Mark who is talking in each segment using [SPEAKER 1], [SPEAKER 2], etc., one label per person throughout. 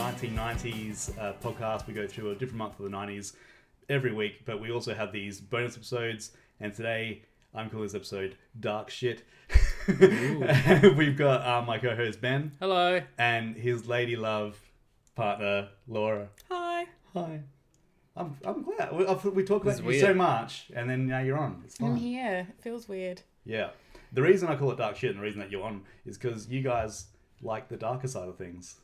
[SPEAKER 1] Uh, 90s uh, podcast. We go through a different month of the 90s every week, but we also have these bonus episodes. And today, I'm calling this episode Dark Shit. We've got uh, my co host Ben
[SPEAKER 2] Hello.
[SPEAKER 1] and his lady love partner Laura.
[SPEAKER 2] Hi.
[SPEAKER 1] Hi. I'm, I'm glad. We, I thought we talked
[SPEAKER 2] This
[SPEAKER 1] about
[SPEAKER 2] is
[SPEAKER 1] you so
[SPEAKER 2] weird.
[SPEAKER 1] much, and then now you're on. It's
[SPEAKER 3] I'm
[SPEAKER 1] fine.
[SPEAKER 3] here. It feels weird.
[SPEAKER 1] Yeah. The reason I call it dark shit and the reason that you're on is because you guys like the darker side of things.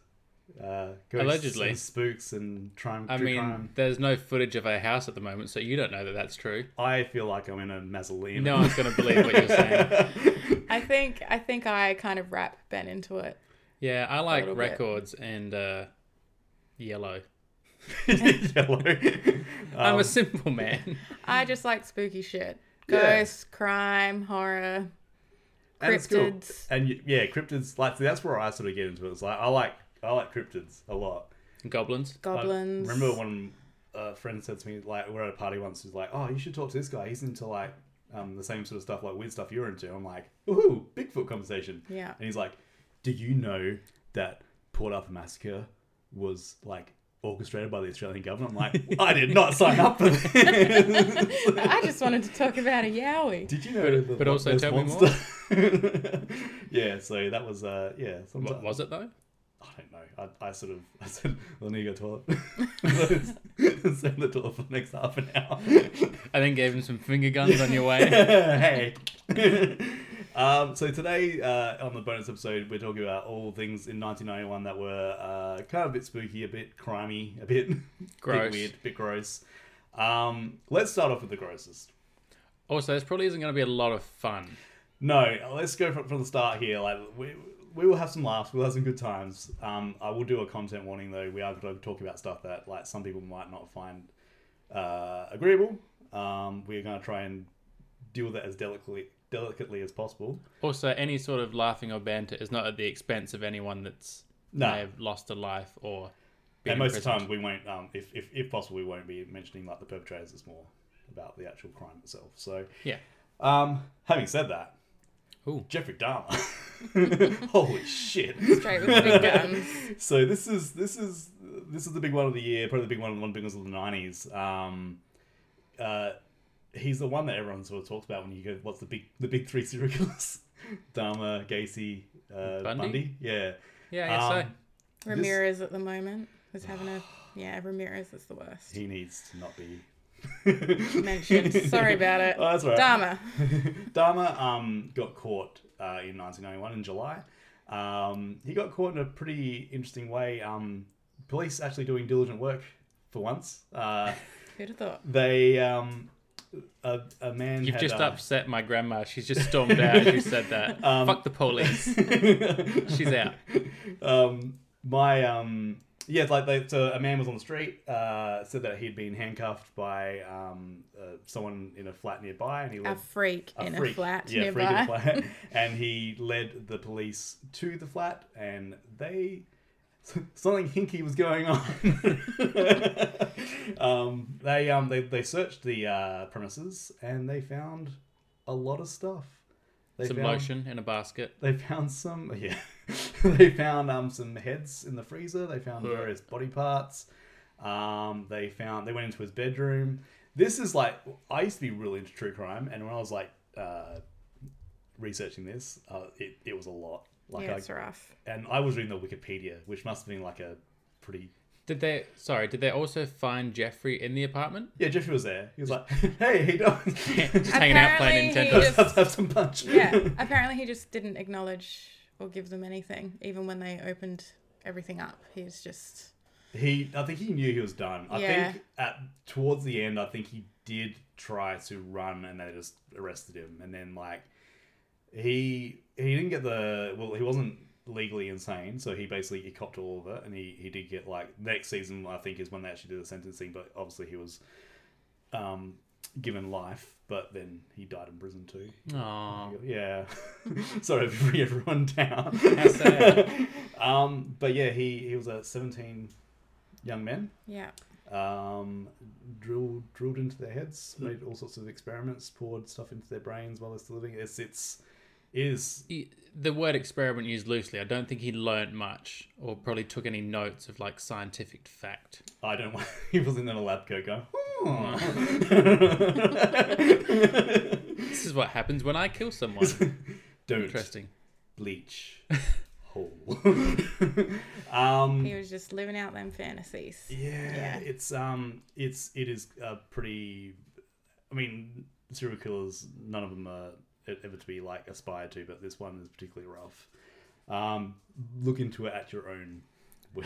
[SPEAKER 1] Uh, ghosts
[SPEAKER 2] Allegedly.
[SPEAKER 1] and spooks and crime.
[SPEAKER 2] I
[SPEAKER 1] true
[SPEAKER 2] mean,
[SPEAKER 1] crime.
[SPEAKER 2] there's no footage of our house at the moment, so you don't know that that's true.
[SPEAKER 1] I feel like I'm in a mausoleum.
[SPEAKER 2] No one's going to believe what you're saying.
[SPEAKER 3] I think I think I kind of wrap Ben into it.
[SPEAKER 2] Yeah, I like
[SPEAKER 3] little bit.
[SPEAKER 2] records and uh, yellow.
[SPEAKER 1] Yellow.
[SPEAKER 2] I'm
[SPEAKER 1] Um,
[SPEAKER 2] a simple man.
[SPEAKER 3] I just like spooky shit.
[SPEAKER 1] Yeah.
[SPEAKER 3] Ghosts, crime, horror.
[SPEAKER 1] and it's cool.
[SPEAKER 3] cryptids.
[SPEAKER 1] And you, yeah, cryptids. Like that's where I sort of get into it. It's like I like I like cryptids a lot.
[SPEAKER 2] Goblins.
[SPEAKER 1] I
[SPEAKER 3] goblins.
[SPEAKER 1] remember when a friend said to me, like, we're at a party once, who's like, oh, you should talk to this guy. He's into like um, the same sort of stuff, like weird stuff you're into. I'm like, ooh, Bigfoot conversation.
[SPEAKER 3] Yeah.
[SPEAKER 1] And he's like, do you know that Port Arthur Massacre was like orchestrated by the Australian government? I'm like, I did not sign up for this.
[SPEAKER 3] I just wanted to talk about a yowie.
[SPEAKER 1] did you know? the
[SPEAKER 2] but
[SPEAKER 1] Loch
[SPEAKER 2] also
[SPEAKER 1] Ness
[SPEAKER 2] tell me more.
[SPEAKER 1] Monster? yeah, so that was, uh, yeah.
[SPEAKER 2] What
[SPEAKER 1] sometime-
[SPEAKER 2] was it though?
[SPEAKER 1] I don't know. I, I sort of I said, "Well, I need to go to the toilet." Stay in the toilet for the next half an hour.
[SPEAKER 2] I then gave him some finger guns on your way.
[SPEAKER 1] hey. um, so today uh, on the bonus episode, we're talking about all things in 1991 that were uh, kind of a bit spooky, a bit crimey, a bit, bit
[SPEAKER 2] Gross.
[SPEAKER 1] weird, a bit gross. Um, let's start off with the grossest.
[SPEAKER 2] Also, this probably isn't going to be a lot of fun.
[SPEAKER 1] No, let's go from, from the start here. Like we we will have some laughs, we'll have some good times. Um, I will do a content warning though. We are going to talk about stuff that like some people might not find uh, agreeable. Um, we're going to try and deal with it as delicately delicately as possible.
[SPEAKER 2] Also, any sort of laughing or banter is not at the expense of anyone that's
[SPEAKER 1] No.
[SPEAKER 2] may have lost a life or been
[SPEAKER 1] and most of the
[SPEAKER 2] imprisoned.
[SPEAKER 1] time, we won't. Um, if, if if possible, we won't be mentioning like the perpetrators. It's more about the actual crime itself. So,
[SPEAKER 2] Yeah.
[SPEAKER 1] um, having said that,
[SPEAKER 2] Ooh.
[SPEAKER 1] Jeffrey Dahmer. Holy shit!
[SPEAKER 3] Straight with the big guns.
[SPEAKER 1] so this is this is this is the big one of the year, probably the big one, one of the big ones of the nineties. Um, uh, he's the one that everyone sort of talks about when you go, "What's the big the big three serial killers?" Dharma, Gacy, uh, Bundy?
[SPEAKER 2] Bundy?
[SPEAKER 1] Yeah,
[SPEAKER 2] Yeah, I guess
[SPEAKER 1] Um,
[SPEAKER 3] Ramirez at the moment is having a yeah. Ramirez is the worst.
[SPEAKER 1] he needs to not be.
[SPEAKER 3] Mentioned. Sorry about it.
[SPEAKER 1] Oh, that's all right.
[SPEAKER 3] Dharma.
[SPEAKER 1] Dharma um, got caught uh, in 1991 in July. Um, he got caught in a pretty interesting way. Um, police actually doing diligent work for once. Uh,
[SPEAKER 3] Who'd have thought?
[SPEAKER 1] they um, a, a man.
[SPEAKER 2] so. You've
[SPEAKER 1] had,
[SPEAKER 2] just
[SPEAKER 1] uh,
[SPEAKER 2] upset my grandma. She's just stormed out. You said that.
[SPEAKER 1] Um,
[SPEAKER 2] Fuck the police. She's out.
[SPEAKER 1] um, my um, yeah, it's like they, so a man was on the street, uh, said that he'd been handcuffed by um, uh, someone in a flat nearby, and he
[SPEAKER 3] A
[SPEAKER 1] led
[SPEAKER 3] freak in a
[SPEAKER 1] freak.
[SPEAKER 3] flat
[SPEAKER 1] yeah, freak in a
[SPEAKER 3] nearby.
[SPEAKER 1] flat, and he led the police to the flat, and they. Something hinky was going on. um, they um they, they searched the uh, premises and they found a lot of stuff. They
[SPEAKER 2] Some
[SPEAKER 1] found
[SPEAKER 2] lotion in a basket.
[SPEAKER 1] they found some yeah they found um some heads in the freezer they found
[SPEAKER 2] Yeah.
[SPEAKER 1] various body parts um they found they went into his bedroom this is like i used to be really into true crime and when i was like uh researching this uh it, it was a lot like
[SPEAKER 3] yeah,
[SPEAKER 1] I,
[SPEAKER 3] it's rough.
[SPEAKER 1] and i was reading the wikipedia which must have been like a pretty
[SPEAKER 2] Did they? Sorry. Did they also find Jeffrey in the apartment?
[SPEAKER 1] yeah jeffrey was there he was like hey he does
[SPEAKER 2] Just hanging out playing
[SPEAKER 3] Apparently
[SPEAKER 2] Nintendo.
[SPEAKER 3] he-
[SPEAKER 1] have, have some punch
[SPEAKER 3] Yeah. Apparently, he just didn't acknowledge or give them anything, even when they opened everything up. He's just
[SPEAKER 1] He, I think he knew he was done. I
[SPEAKER 3] Yeah.
[SPEAKER 1] think at towards the end, I think he did try to run, and they just arrested him. And then like he he didn't get the well, he wasn't legally insane, so he basically he copped all of it, and he he did get like next season. I think is when they actually did the sentencing, but obviously he was um given life, but then he died in prison too.
[SPEAKER 2] Aw.
[SPEAKER 1] Yeah. Sorry to bring everyone down.
[SPEAKER 2] How sad.
[SPEAKER 1] um, but yeah, he, he was a 17 young men,
[SPEAKER 3] yeah.
[SPEAKER 1] um, drilled, drilled into their heads, made all sorts of experiments, poured stuff into their brains while they're still living. It's, it's, is
[SPEAKER 2] he- the word experiment used loosely. I don't think he learnt much or probably took any notes of like scientific fact.
[SPEAKER 1] I don't want he wasn't in a lab coat going. "Hmm."
[SPEAKER 2] This is what happens when I kill someone.
[SPEAKER 1] don't
[SPEAKER 2] Interesting.
[SPEAKER 1] bleach hole. um,
[SPEAKER 3] He was just living out them fantasies.
[SPEAKER 1] Yeah,
[SPEAKER 3] Yeah.
[SPEAKER 1] it's um, it's it is a pretty. I mean, serial killers. None of them are e-, ever to be like aspired to, but this one is particularly rough. Um, look into it at your own.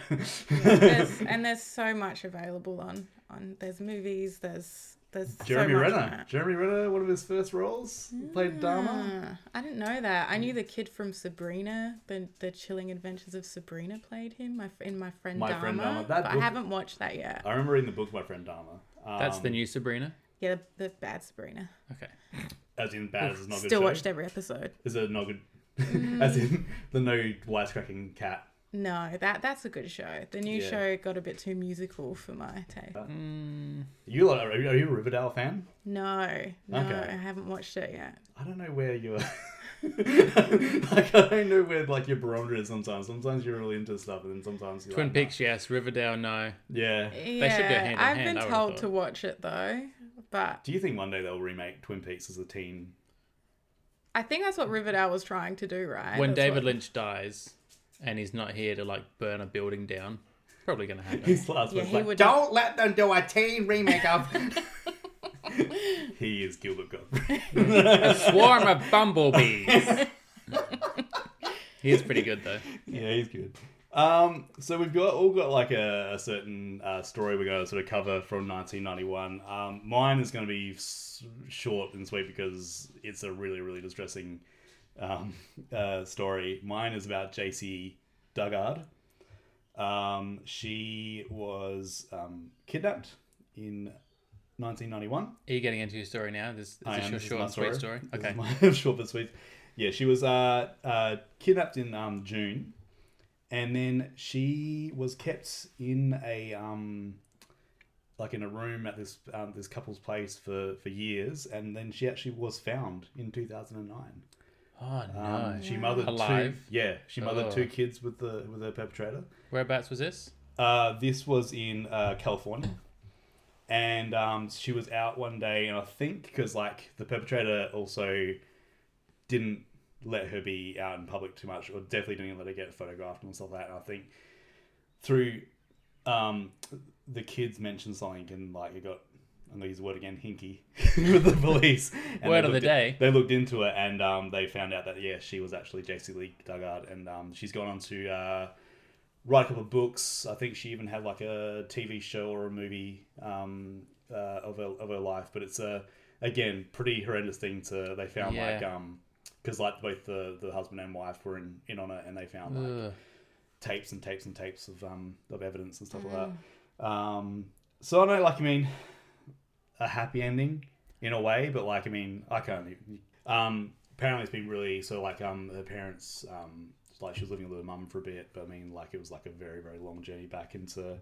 [SPEAKER 3] There's, and there's so much available on on. There's movies. There's there's
[SPEAKER 1] Jeremy
[SPEAKER 3] so much on
[SPEAKER 1] Renner.
[SPEAKER 3] that.
[SPEAKER 1] Jeremy Renner, one of his first roles, played Dharma.
[SPEAKER 3] Ah, I didn't know that. I knew
[SPEAKER 1] Hmm.
[SPEAKER 3] the kid from Sabrina, the the Chilling Adventures of Sabrina, played him. My fr- in my friend
[SPEAKER 1] My
[SPEAKER 3] Dharma,
[SPEAKER 1] Friend Dharma. That
[SPEAKER 3] but
[SPEAKER 1] book-
[SPEAKER 3] I haven't watched that yet.
[SPEAKER 1] I remember in the book, my friend Dharma. Um,
[SPEAKER 2] That's the new Sabrina.
[SPEAKER 3] Yeah, the, the bad Sabrina.
[SPEAKER 2] Okay.
[SPEAKER 1] As in bad as it's not a good.
[SPEAKER 3] Still
[SPEAKER 1] show.
[SPEAKER 3] watched Mm. every episode.
[SPEAKER 1] Is it not good? as in the no wisecracking cat.
[SPEAKER 3] No, that that's a good show. The new
[SPEAKER 1] Yeah.
[SPEAKER 3] show got a bit too musical for my taste.
[SPEAKER 2] Mm,
[SPEAKER 1] You lot- are you are you a Riverdale fan?
[SPEAKER 3] No, no,
[SPEAKER 1] Okay.
[SPEAKER 3] I haven't watched it yet.
[SPEAKER 1] I don't know where you're. like I don't know where like your barometer is sometimes. Sometimes you're really into stuff, and then sometimes you're
[SPEAKER 2] Twin
[SPEAKER 1] like,
[SPEAKER 2] Peaks, yes. Riverdale, no.
[SPEAKER 1] "Nah." Yeah.
[SPEAKER 3] Yeah,
[SPEAKER 2] should go hand in
[SPEAKER 3] I've
[SPEAKER 2] hand, I
[SPEAKER 3] been
[SPEAKER 2] would've
[SPEAKER 3] told
[SPEAKER 2] thought.
[SPEAKER 3] to watch it though, but
[SPEAKER 1] Do you think one day they'll remake Twin Peaks as a teen?
[SPEAKER 3] I think that's what Riverdale was trying to do, right?
[SPEAKER 2] when
[SPEAKER 3] That's
[SPEAKER 2] David
[SPEAKER 3] what-
[SPEAKER 2] Lynch dies and he's not here to like burn a building down, it's probably going to happen.
[SPEAKER 1] His last
[SPEAKER 3] Yeah,
[SPEAKER 1] words
[SPEAKER 3] he
[SPEAKER 1] like,
[SPEAKER 3] would-
[SPEAKER 1] "Don't let them do a teen remake of." he is Gilbert Godfrey.
[SPEAKER 2] a swarm of bumblebees. he is pretty good though.
[SPEAKER 1] yeah, he's good. Um, so we've got all got like a, a certain uh, story we're going to sort of cover from 1991. Um, mine is going to be s- short and sweet because it's a really really distressing um, uh, story. Mine is about JC Duggard. Um, she was um, kidnapped in 1991.
[SPEAKER 2] Are you getting into your story now? This, is
[SPEAKER 1] I
[SPEAKER 2] this
[SPEAKER 1] am.
[SPEAKER 2] your
[SPEAKER 1] This
[SPEAKER 2] short
[SPEAKER 1] my
[SPEAKER 2] and sweet story?
[SPEAKER 1] This
[SPEAKER 2] Okay.
[SPEAKER 1] is my short but sweet. Yeah, she was uh, uh, kidnapped in um, June, and then she was kept in a um, like in a room at this um, this couple's place for for years, and then she actually was found in two thousand and nine.
[SPEAKER 2] Oh no.
[SPEAKER 1] Um, She mothered
[SPEAKER 2] Alive?
[SPEAKER 1] two. Yeah, she mothered
[SPEAKER 2] Oh.
[SPEAKER 1] two kids with the with her perpetrator.
[SPEAKER 2] Whereabouts was this?
[SPEAKER 1] Uh, this was in uh, California, and um, she was out one day, and I think because like the perpetrator also didn't let her be out in public too much, or definitely didn't let her get photographed and stuff like that. And I think through um, the kids mentioned something, and like it got. I'm gonna use the word again, hinky, with the police. And
[SPEAKER 2] Word
[SPEAKER 1] they
[SPEAKER 2] of the
[SPEAKER 1] looked-
[SPEAKER 2] day.
[SPEAKER 1] They looked into it and um, they found out that yeah, she was actually JC Lee Duggard, and um, she's gone on to uh, write a couple of books. I think she even had like a TV show or a movie um, uh, of, her, of her life. But it's a again pretty horrendous thing to they found
[SPEAKER 2] Yeah.
[SPEAKER 1] like um because like both the, the husband and wife were in, in on it and they found like
[SPEAKER 2] Ugh.
[SPEAKER 1] tapes and tapes and tapes of um of evidence and stuff like that. Um, so I know like I mean a happy ending in a way, but like I mean I can't. even- Um, apparently it's been really so like um her parents um like she was living with her mum for a bit, but I mean like it was like a very very long journey back into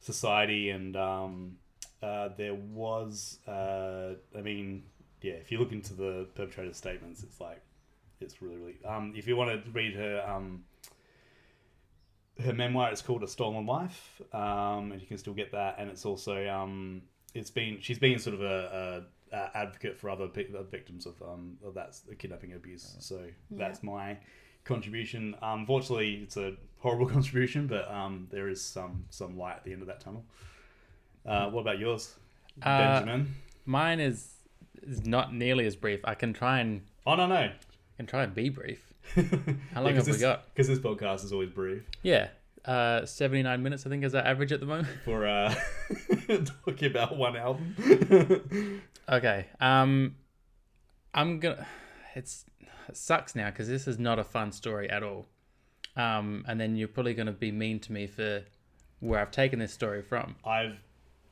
[SPEAKER 1] society and um uh, there was uh I mean yeah if you look into the perpetrator's statements it's like it's really really um if you want to read her um her memoir is called A Stolen Life, um, and you can still get that. And it's also um, it's been she's been sort of a, a, a advocate for other pe- uh, victims of um, of that s- kidnapping abuse. So that's my contribution. Um, Unfortunately, it's a horrible contribution, but um, there is some some light at the end of that tunnel. Uh, what about yours,
[SPEAKER 2] Uh,
[SPEAKER 1] Benjamin?
[SPEAKER 2] Mine is is not nearly as brief. I can try and
[SPEAKER 1] Oh no no!
[SPEAKER 2] I can try and be brief. How long have we got?
[SPEAKER 1] Because this podcast is always brief
[SPEAKER 2] Yeah. Uh, 79 minutes, I think, is our average at the moment.
[SPEAKER 1] for uh, talking about one album.
[SPEAKER 2] Okay. Um, I'm gonna. It's it sucks now because this is not a fun story at all. Um, and then you're probably gonna be mean to me for where I've taken this story from.
[SPEAKER 1] I've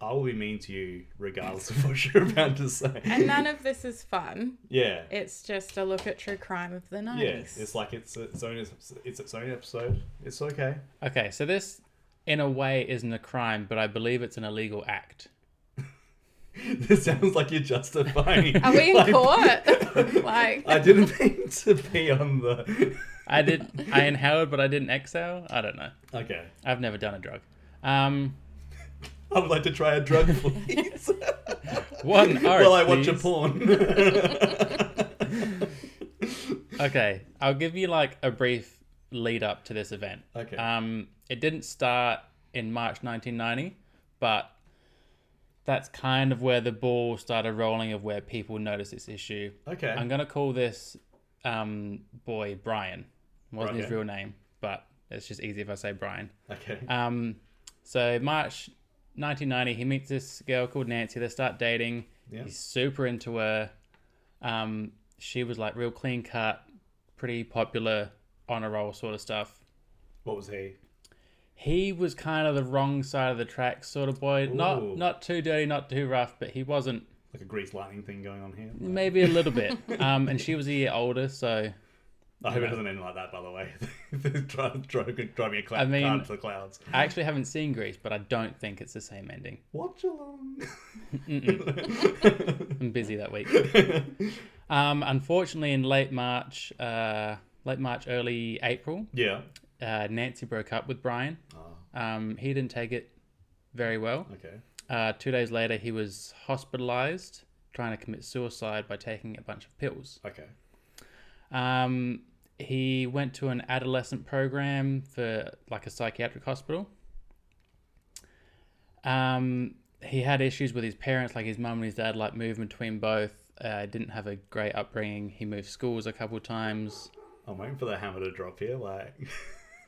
[SPEAKER 1] I will be mean to you regardless of what you're about to say.
[SPEAKER 3] And none of this is fun.
[SPEAKER 1] Yeah.
[SPEAKER 3] It's just a look at true crime of the
[SPEAKER 1] Yeah.
[SPEAKER 3] nineties.
[SPEAKER 1] It's like it's its own it's its own episode. It's okay.
[SPEAKER 2] Okay, so this, in a way, isn't a crime, but I believe it's an illegal act.
[SPEAKER 1] This sounds like you're justifying.
[SPEAKER 3] Are we in
[SPEAKER 1] like,
[SPEAKER 3] court? like,
[SPEAKER 1] I didn't mean to be on the.
[SPEAKER 2] I did. I inhaled, but I didn't exhale. I don't know.
[SPEAKER 1] Okay,
[SPEAKER 2] I've never done a drug. Um,
[SPEAKER 1] I would like to try a drug, please.
[SPEAKER 2] one. Oath,
[SPEAKER 1] While I watch a
[SPEAKER 2] please.
[SPEAKER 1] porn.
[SPEAKER 2] Okay, I'll give you like a brief lead up to this event.
[SPEAKER 1] Okay.
[SPEAKER 3] Uh,
[SPEAKER 2] Um, it didn't start in March 1990, but that's kind of where the ball started rolling of where people noticed this issue.
[SPEAKER 1] okay.
[SPEAKER 2] I'm gonna call this um boy Brian. Wasn't his
[SPEAKER 1] Okay.
[SPEAKER 2] real name, but it's just easy if I say Brian.
[SPEAKER 1] okay.
[SPEAKER 2] Um, so March 1990, he meets this girl called Nancy. They start dating.
[SPEAKER 1] Yeah.
[SPEAKER 2] He's super into her. Um, she was like real clean cut, pretty popular, on a roll sort of stuff.
[SPEAKER 1] What was he?
[SPEAKER 2] He was kind of the wrong side of the track sort of boy.
[SPEAKER 1] Ooh.
[SPEAKER 2] Not not too dirty, not too rough, but he wasn't.
[SPEAKER 1] Like a grease lightning thing going on here?
[SPEAKER 2] Maybe a little bit. Um, and she was a year older, so
[SPEAKER 1] I hope it doesn't end like that, by the way. try, try, driving a cloud,
[SPEAKER 2] I mean-
[SPEAKER 1] car into the clouds.
[SPEAKER 2] I actually haven't seen Grease, but I don't think it's the same ending.
[SPEAKER 1] Watch along.
[SPEAKER 2] I'm busy that week. um, unfortunately, in late March, uh, late March, early April,
[SPEAKER 1] yeah.
[SPEAKER 2] uh, Nancy broke up with Brian.
[SPEAKER 1] Oh,
[SPEAKER 2] Um, he didn't take it very well.
[SPEAKER 1] okay.
[SPEAKER 2] Uh, two days later, he was hospitalized, trying to commit suicide by taking a bunch of pills.
[SPEAKER 1] Okay.
[SPEAKER 2] Um, he went to an adolescent program for like a psychiatric hospital. Um, he had issues with his parents, like his mum and his dad, like moving between both. Uh, didn't have a great upbringing. He moved schools a couple times.
[SPEAKER 1] I'm waiting for the hammer to drop here. Like,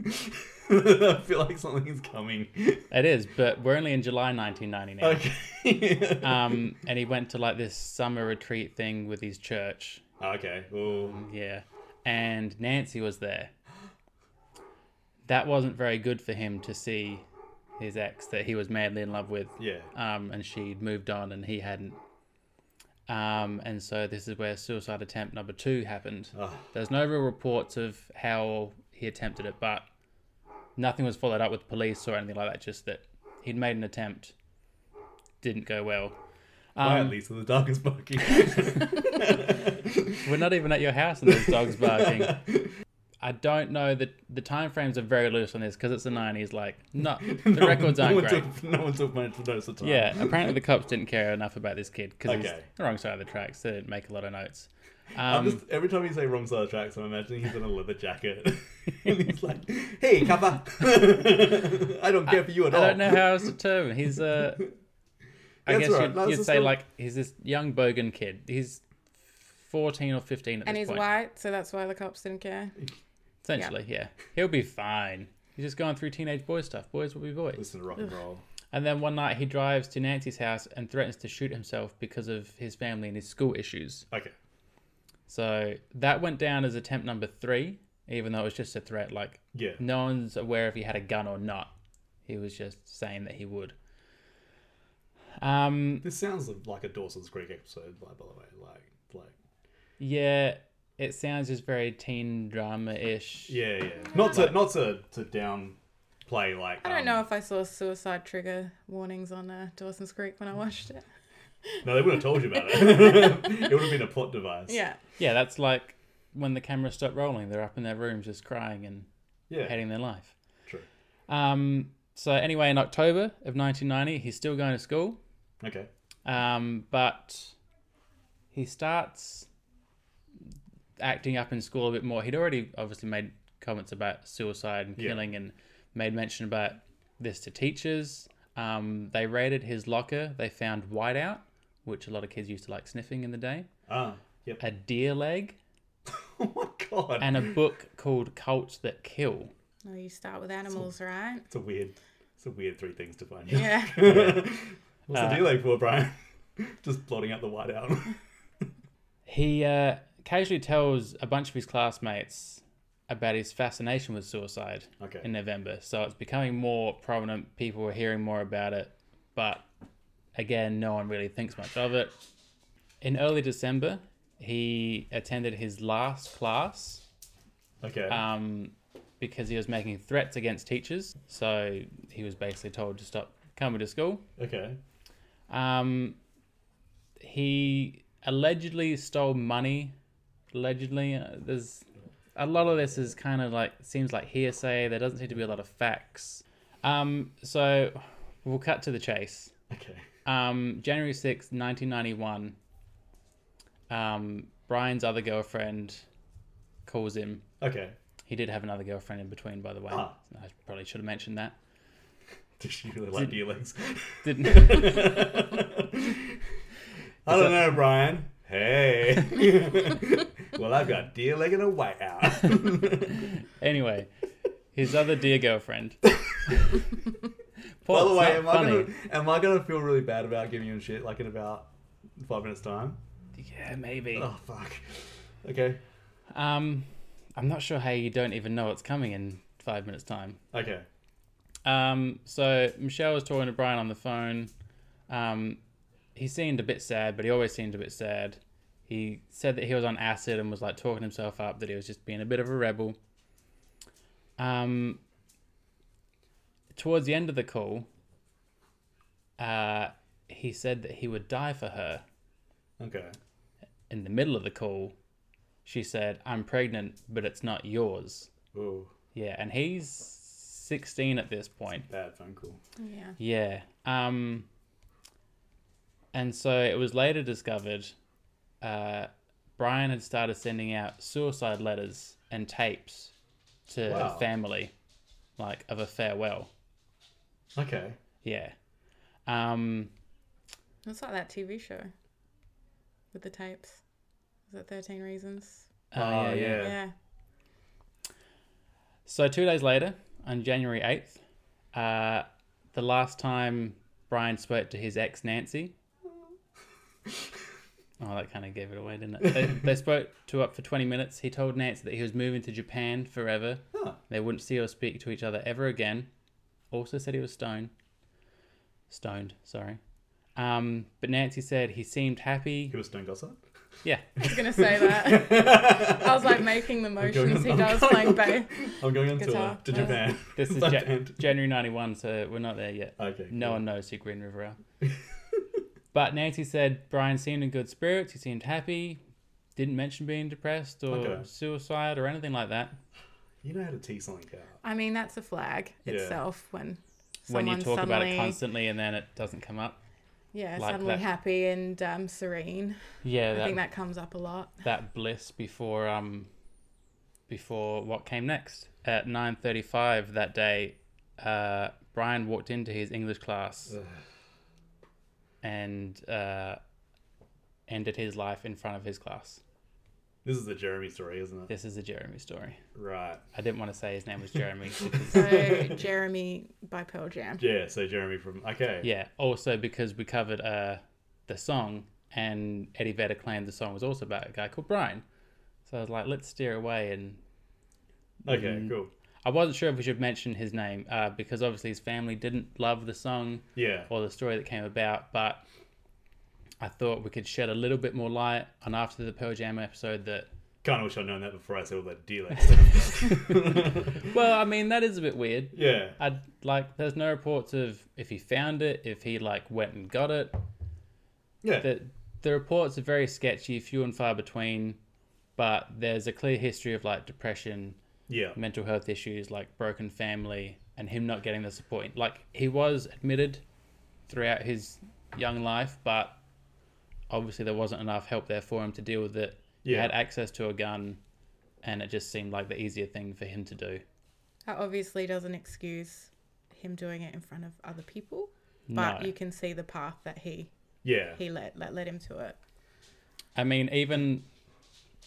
[SPEAKER 1] I feel like something's coming.
[SPEAKER 2] It is, but we're only in July 1990 now.
[SPEAKER 1] Okay.
[SPEAKER 2] Um, and he went to like this summer retreat thing with his church.
[SPEAKER 1] okay. Well,
[SPEAKER 2] Yeah. And Nancy was there. That wasn't very good for him to see his ex that he was madly in love with.
[SPEAKER 1] yeah.
[SPEAKER 2] Um, and she'd moved on and he hadn't. Um, and so this is where suicide attempt number two happened.
[SPEAKER 1] Ugh.
[SPEAKER 2] There's no real reports of how he attempted it, but nothing was followed up with police or anything like that. Just that he'd made an attempt, didn't go well. Um,
[SPEAKER 1] Quietly, so the dog is barking.
[SPEAKER 2] we're not even at your house and there's dogs barking. I don't know that the time frames are very loose on this because it's the 90s. Like, no, the
[SPEAKER 1] No one-
[SPEAKER 2] records
[SPEAKER 1] no
[SPEAKER 2] aren't
[SPEAKER 1] one
[SPEAKER 2] great.
[SPEAKER 1] Took, no one took much notice of time.
[SPEAKER 2] Yeah, apparently the cops didn't care enough about this kid because he was
[SPEAKER 1] Okay.
[SPEAKER 2] the wrong side of the tracks. They didn't make a lot of notes.
[SPEAKER 1] I'm
[SPEAKER 2] Um,
[SPEAKER 1] just, every time you say wrong side of the tracks, I'm imagining he's in a leather jacket. and he's like, hey, Kappa! I don't care for you at
[SPEAKER 2] I
[SPEAKER 1] all.
[SPEAKER 2] don't know how else to term him. He's a. I
[SPEAKER 1] That's
[SPEAKER 2] guess
[SPEAKER 1] all right.
[SPEAKER 2] you'd,
[SPEAKER 1] No, it's
[SPEAKER 2] you'd
[SPEAKER 1] just
[SPEAKER 2] say
[SPEAKER 1] not-
[SPEAKER 2] like he's this young bogan kid. He's fourteen or fifteen at
[SPEAKER 3] and
[SPEAKER 2] this
[SPEAKER 3] he's
[SPEAKER 2] point.
[SPEAKER 3] white, so that's why the cops didn't care.
[SPEAKER 2] Essentially, yeah. he'll be fine. He's just going through teenage boy stuff. Boys will be boys.
[SPEAKER 1] Listen to rock and roll.
[SPEAKER 2] And then one night he drives to Nancy's house and threatens to shoot himself because of his family and his school issues.
[SPEAKER 1] Okay.
[SPEAKER 2] So that went down as attempt number three, even though it was just a threat. Like
[SPEAKER 1] Yeah.
[SPEAKER 2] no one's aware if he had a gun or not. He was just saying that he would. Um,
[SPEAKER 1] This sounds like a Dawson's Creek episode, like, by the way. Like, like,
[SPEAKER 2] Yeah, it sounds just very teen drama ish.
[SPEAKER 1] yeah, yeah. Not to, not to, to downplay, like.
[SPEAKER 3] I don't
[SPEAKER 1] um,
[SPEAKER 3] know if I saw suicide trigger warnings on uh, Dawson's Creek when I watched it.
[SPEAKER 1] No, they would have told you about it. it would have been a plot device.
[SPEAKER 3] Yeah.
[SPEAKER 2] Yeah, that's like when the cameras stop rolling, they're up in their rooms just crying and
[SPEAKER 1] Yeah.
[SPEAKER 2] hating their life.
[SPEAKER 1] True.
[SPEAKER 2] Um, so, anyway, in October of 1990, he's still going to school,
[SPEAKER 1] Okay.
[SPEAKER 2] um, but he starts acting up in school a bit more. He'd already obviously made comments about suicide and
[SPEAKER 1] Yeah.
[SPEAKER 2] killing and made mention about this to teachers. Um, they raided his locker. They found whiteout, which a lot of kids used to like sniffing in the day,
[SPEAKER 1] Ah, yep.
[SPEAKER 2] a deer leg,
[SPEAKER 1] Oh my god.
[SPEAKER 2] and a book called Cults That Kill.
[SPEAKER 3] No, you start with animals, right?
[SPEAKER 1] it's a weird, it's a weird three things to find out.
[SPEAKER 3] Yeah.
[SPEAKER 1] What's the delay for, Brian? Just blotting out the whiteout.
[SPEAKER 2] He uh, occasionally tells a bunch of his classmates about his fascination with suicide
[SPEAKER 1] Okay.
[SPEAKER 2] in November. So it's becoming more prominent. People are hearing more about it. But again, no one really thinks much of it. In early December, he attended his last class
[SPEAKER 1] Okay.
[SPEAKER 2] um, because he was making threats against teachers. So he was basically told to stop coming to school.
[SPEAKER 1] okay.
[SPEAKER 2] Um, he allegedly stole money. Allegedly, uh, there's a lot of this is kind of like seems like hearsay. There doesn't seem to be a lot of facts. Um, so we'll cut to the chase.
[SPEAKER 1] Okay.
[SPEAKER 2] Um, January sixth, nineteen ninety one. Um, Brian's other girlfriend calls him.
[SPEAKER 1] Okay.
[SPEAKER 2] He did have another girlfriend in between, by the way.
[SPEAKER 1] Ah.
[SPEAKER 2] I probably should have mentioned that.
[SPEAKER 1] Does she really like your legs?
[SPEAKER 2] Didn't.
[SPEAKER 1] I don't know, Brian. Hey. well, I've got deer leg and a white out.
[SPEAKER 2] Anyway, his other dear girlfriend.
[SPEAKER 1] By
[SPEAKER 2] Paul,
[SPEAKER 1] the
[SPEAKER 2] it's
[SPEAKER 1] way,
[SPEAKER 2] not
[SPEAKER 1] am I,
[SPEAKER 2] funny.
[SPEAKER 1] gonna, am I gonna feel really bad about giving him shit like in about five minutes time?
[SPEAKER 2] Yeah, maybe.
[SPEAKER 1] Oh fuck. Okay.
[SPEAKER 2] Um, I'm not sure how you don't even know it's coming in five minutes' time.
[SPEAKER 1] Okay.
[SPEAKER 2] Um, so Michelle was talking to Brian on the phone. Um, he seemed a bit sad, but he always seemed a bit sad. He said that he was on acid and was like talking himself up, that he was just being a bit of a rebel. Um, towards the end of the call, uh, he said that he would die for her.
[SPEAKER 1] Okay.
[SPEAKER 2] In the middle of the call, she said, I'm pregnant, but it's not yours.
[SPEAKER 1] Ooh,
[SPEAKER 2] Yeah, and he's 16 at this point.
[SPEAKER 1] bad phone call.
[SPEAKER 3] Yeah.
[SPEAKER 2] Yeah. Um and so it was later discovered uh Brian had started sending out suicide letters and tapes to
[SPEAKER 1] Wow.
[SPEAKER 2] her family like of a farewell.
[SPEAKER 1] Okay.
[SPEAKER 2] Yeah. Um
[SPEAKER 3] It's like that TV show with the tapes. Is it 13 Reasons?
[SPEAKER 2] oh,
[SPEAKER 1] Oh,
[SPEAKER 2] yeah, yeah.
[SPEAKER 1] Yeah.
[SPEAKER 3] Yeah.
[SPEAKER 2] So two days later, on January eighth, uh, the last time Brian spoke to his ex Nancy. Oh, that kind of gave it away, didn't it? They, they spoke to up for twenty minutes. He told Nancy that he was moving to Japan forever.
[SPEAKER 1] Huh.
[SPEAKER 2] They wouldn't see or speak to each other ever again. Also said he was stoned. Stoned, sorry. Um, but Nancy said he seemed happy.
[SPEAKER 1] He was Stone Gossip.
[SPEAKER 2] Yeah,
[SPEAKER 3] I was going to say that. I was like making the motions he
[SPEAKER 1] I'm
[SPEAKER 3] does
[SPEAKER 1] going
[SPEAKER 3] playing
[SPEAKER 1] on-
[SPEAKER 3] bass.
[SPEAKER 1] I'm going on tour
[SPEAKER 3] Guitar.
[SPEAKER 1] to
[SPEAKER 3] Yeah.
[SPEAKER 1] Japan.
[SPEAKER 2] this is
[SPEAKER 1] Stone
[SPEAKER 2] ja-
[SPEAKER 1] Band.
[SPEAKER 2] January ninety-one, so we're not there yet.
[SPEAKER 1] Okay.
[SPEAKER 2] No
[SPEAKER 1] cool.
[SPEAKER 2] one knows who Green River are. but Nancy said Brian seemed in good spirits. He seemed happy. Didn't mention being depressed or
[SPEAKER 1] Okay.
[SPEAKER 2] suicide or anything like that.
[SPEAKER 1] You know how to tease something out.
[SPEAKER 3] I mean, that's a flag
[SPEAKER 1] Yeah.
[SPEAKER 3] itself when
[SPEAKER 2] When
[SPEAKER 3] someone
[SPEAKER 2] you talk about
[SPEAKER 3] suddenly,
[SPEAKER 2] it constantly and then it doesn't come up.
[SPEAKER 3] yeah,
[SPEAKER 2] like
[SPEAKER 3] suddenly
[SPEAKER 2] that.
[SPEAKER 3] happy and um, serene.
[SPEAKER 2] Yeah,
[SPEAKER 3] I
[SPEAKER 2] that,
[SPEAKER 3] think
[SPEAKER 2] that
[SPEAKER 3] that comes up a lot.
[SPEAKER 2] bliss before um before what came next. At nine thirty five that day, uh, Brian walked into his English class
[SPEAKER 1] Ugh.
[SPEAKER 2] and uh, ended his life in front of his class.
[SPEAKER 1] This is the Jeremy story, isn't it?
[SPEAKER 2] This is a Jeremy story.
[SPEAKER 1] Right.
[SPEAKER 2] I didn't want to say his name was Jeremy because
[SPEAKER 3] So Jeremy by Pearl Jam.
[SPEAKER 1] Yeah. So Jeremy from. Okay.
[SPEAKER 2] Yeah. Also because we covered uh, the song and Eddie Vedder claimed the song was also about a guy called Brian. So I was like, let's steer away. And
[SPEAKER 1] Okay. Cool.
[SPEAKER 2] I wasn't sure if we should mention his name uh, because obviously his family didn't love the song
[SPEAKER 1] Yeah.
[SPEAKER 2] or the story that came about. But I thought we could shed a little bit more light on after the Pearl Jam episode that,
[SPEAKER 1] Kind of wish I'd known that before I said all that deal stuff.
[SPEAKER 2] well, I mean, that is a bit weird.
[SPEAKER 1] yeah.
[SPEAKER 2] I'd like, there's no reports of if he found it, if he like went and got it.
[SPEAKER 1] Yeah.
[SPEAKER 2] the the reports are very sketchy, few and far between, but there's a clear history of like depression,
[SPEAKER 1] yeah.
[SPEAKER 2] mental health issues, like broken family, and him not getting the support. Like he was admitted throughout his young life, but obviously there wasn't enough help there for him to deal with it. He
[SPEAKER 1] Yeah.
[SPEAKER 2] had access to a gun, and it just seemed like the easier thing for him to do.
[SPEAKER 3] That obviously doesn't excuse him doing it in front of other people, but
[SPEAKER 2] No.
[SPEAKER 3] you can see the path that he
[SPEAKER 1] Yeah.
[SPEAKER 3] he led that led him to it.
[SPEAKER 2] I mean, even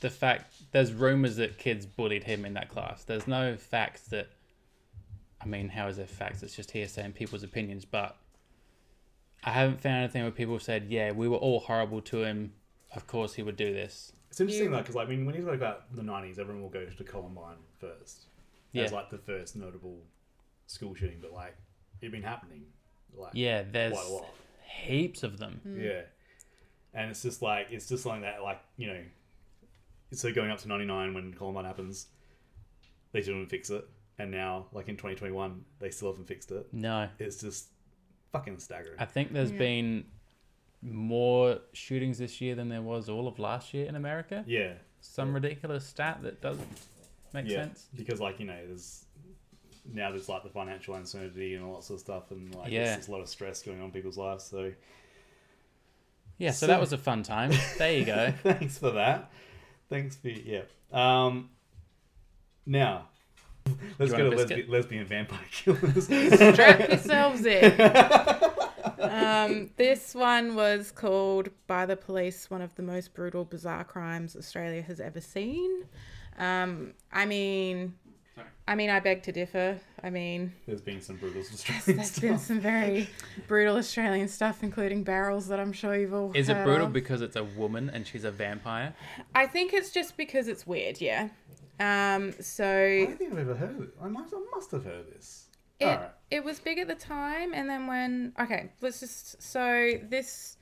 [SPEAKER 2] the fact there's rumors that kids bullied him in that class. There's no facts that. I mean, how is there facts? It's just hearsay and people's opinions. But I haven't found anything where people said, "Yeah, we were all horrible to him. Of course, he would do this."
[SPEAKER 1] It's interesting
[SPEAKER 3] You-
[SPEAKER 1] though, because I mean, when you talk about the '90s, everyone will go to Columbine first.
[SPEAKER 2] Yeah.
[SPEAKER 1] As like the first notable school shooting, but like it'd been happening, like
[SPEAKER 2] Yeah, there's
[SPEAKER 1] quite a lot.
[SPEAKER 2] heaps of them.
[SPEAKER 1] Yeah, and it's just like it's just something that like you know, so going up to '99 when Columbine happens, they didn't fix it, and now like in 2021 they still haven't fixed it.
[SPEAKER 2] No,
[SPEAKER 1] It's just fucking staggering.
[SPEAKER 2] I think there's been more shootings this year than there was all of last year in America.
[SPEAKER 1] Yeah.
[SPEAKER 2] Some ridiculous stat that doesn't make
[SPEAKER 1] yeah.
[SPEAKER 2] sense.
[SPEAKER 1] Because like, you know, there's now there's like the financial uncertainty and all lots of stuff and like
[SPEAKER 2] Yeah.
[SPEAKER 1] there's, there's a lot of stress going on in people's lives, so
[SPEAKER 2] Yeah, so,
[SPEAKER 1] So-
[SPEAKER 2] that was a fun time. There you go.
[SPEAKER 1] Thanks for that. Thanks for yeah. Um, now let's
[SPEAKER 2] want
[SPEAKER 1] go
[SPEAKER 2] a
[SPEAKER 1] to
[SPEAKER 2] biscuit?
[SPEAKER 1] lesbi- lesbian vampire killers.
[SPEAKER 3] Strap yourselves in. Um, this one was called by the police one of the most brutal, bizarre crimes Australia has ever seen. Um, I mean, I mean, I beg to differ. I mean,
[SPEAKER 1] There's been some brutal
[SPEAKER 3] there's
[SPEAKER 1] stuff.
[SPEAKER 3] been some very brutal Australian stuff, including barrels that I'm sure you've all.
[SPEAKER 2] Is it
[SPEAKER 3] heard
[SPEAKER 2] brutal
[SPEAKER 3] of.
[SPEAKER 2] because it's a woman and she's a vampire?
[SPEAKER 3] I think it's just because it's weird. Yeah. Um, so
[SPEAKER 1] I don't think I've ever heard of it. I must, I must have heard of this.
[SPEAKER 3] It,
[SPEAKER 1] All right.
[SPEAKER 3] it was big at the time, and then when okay, let's just so this.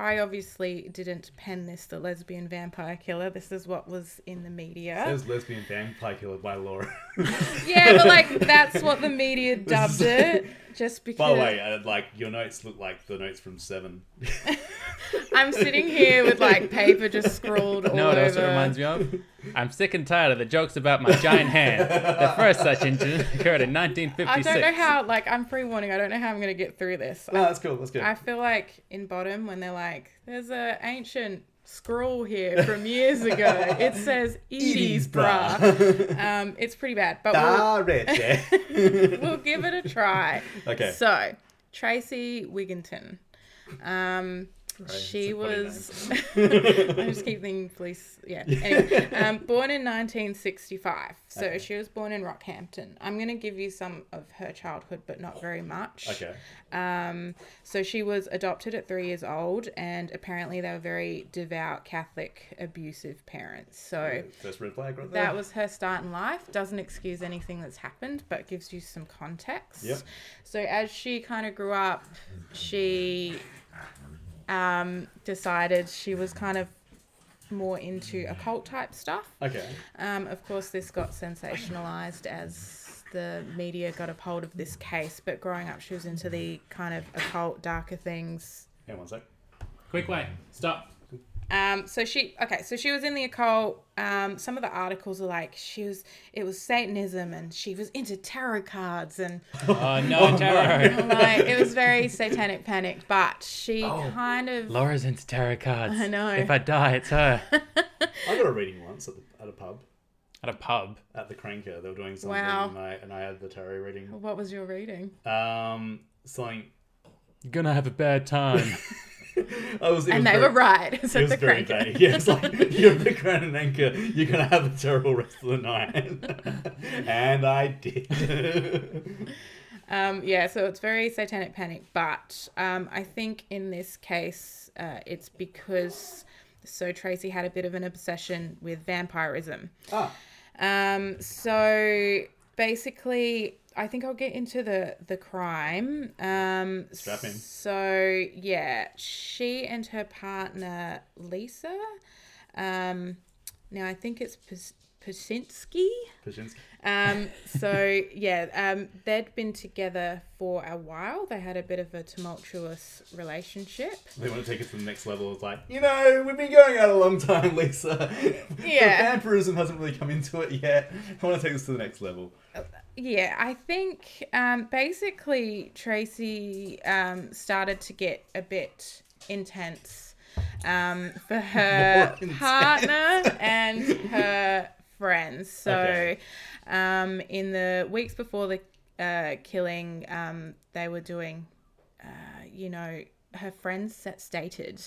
[SPEAKER 3] I obviously didn't pen this, the lesbian vampire killer. This is what was in the media.
[SPEAKER 1] There's lesbian vampire killer by Laura.
[SPEAKER 3] Yeah, but like that's what the media dubbed it, just because.
[SPEAKER 1] by the way, uh, like your notes look like the notes from Seven.
[SPEAKER 3] I'm sitting here with like paper just scrawled all
[SPEAKER 2] You know what
[SPEAKER 3] over.
[SPEAKER 2] else it reminds me of? I'm sick and tired of the jokes about my giant hand. The first such incident occurred in 1956.
[SPEAKER 3] I don't know how. Like I'm pre warning. I don't know how I'm gonna get through this.
[SPEAKER 1] No, Ah, that's cool. That's good.
[SPEAKER 3] I feel like in bottom when they're like, "There's a ancient scroll here from years ago. It says Edie's bra." Um, it's pretty bad, but we'll,
[SPEAKER 1] Ah, red. Yeah.
[SPEAKER 3] we'll give it a try.
[SPEAKER 1] Okay.
[SPEAKER 3] So Tracy Wigginton, um,
[SPEAKER 1] Sorry,
[SPEAKER 3] she
[SPEAKER 1] it's
[SPEAKER 3] was. I just keep thinking police. Yeah. Anyway, um, born in 1965, so
[SPEAKER 1] Okay.
[SPEAKER 3] she was born in Rockhampton. I'm gonna give you some of her childhood, but not very much.
[SPEAKER 1] okay.
[SPEAKER 3] Um, so she was adopted at three years old, and apparently they were very devout, Catholic, abusive parents. So
[SPEAKER 1] First red flag right there.
[SPEAKER 3] that was her start in life. Doesn't excuse anything that's happened, but gives you some context.
[SPEAKER 1] Yep.
[SPEAKER 3] So as she kind of grew up, she um, decided she was kind of more into occult type stuff.
[SPEAKER 1] okay.
[SPEAKER 3] Um, of course, this got sensationalized as the media got a hold of this case, but growing up, she was into the kind of occult, darker things.
[SPEAKER 1] Hang on one sec.
[SPEAKER 2] Quick way. Stop.
[SPEAKER 3] Um, so she, okay, so she was in the occult. Um, some of the articles are like, she was, it was Satanism and she was into tarot cards and
[SPEAKER 2] Oh, no, tarot.
[SPEAKER 3] like, it was very satanic panic, but she
[SPEAKER 1] Oh,
[SPEAKER 3] kind of,
[SPEAKER 2] Laura's into tarot cards.
[SPEAKER 3] I know.
[SPEAKER 2] If I die, it's her.
[SPEAKER 1] I got a reading once at, the, at a pub.
[SPEAKER 2] At a pub.
[SPEAKER 1] at the cranker. They were doing something,
[SPEAKER 3] Wow.
[SPEAKER 1] and, I, and I had the tarot reading.
[SPEAKER 3] what was your reading?
[SPEAKER 1] Um, something.
[SPEAKER 2] You're gonna have a bad time.
[SPEAKER 1] I was. It
[SPEAKER 3] And
[SPEAKER 1] was very,
[SPEAKER 3] they were right.
[SPEAKER 1] It
[SPEAKER 3] Said
[SPEAKER 1] was
[SPEAKER 3] the
[SPEAKER 1] very
[SPEAKER 3] cranker.
[SPEAKER 1] vague. Yeah, it's like you're the cranker. You're gonna have a terrible rest of the night, and I did.
[SPEAKER 3] Um, yeah, so it's very satanic panic, but um, I think in this case, uh, it's because so Tracy had a bit of an obsession with vampirism.
[SPEAKER 1] ah,
[SPEAKER 3] Um, so basically, I think I'll get into the the crime. Um,
[SPEAKER 1] Strap in.
[SPEAKER 3] So yeah, she and her partner Lisa. Um, now I think it's Pus- Pusinski.
[SPEAKER 1] Pachinski.
[SPEAKER 3] Um, so yeah, um, they'd been together for a while. They had a bit of a tumultuous relationship.
[SPEAKER 1] They want to take it to the next level. It's like you know we've been going out a long time, Lisa.
[SPEAKER 3] Yeah.
[SPEAKER 1] the vampirism hasn't really come into it yet. I want to take this to the next level.
[SPEAKER 3] Yeah, I think um, basically Tracy um, started to get a bit intense um, for her
[SPEAKER 1] More intense.
[SPEAKER 3] partner and her friends. So
[SPEAKER 1] Okay.
[SPEAKER 3] um, in the weeks before the uh, killing, um, they were doing uh, you know, her friends sa- stated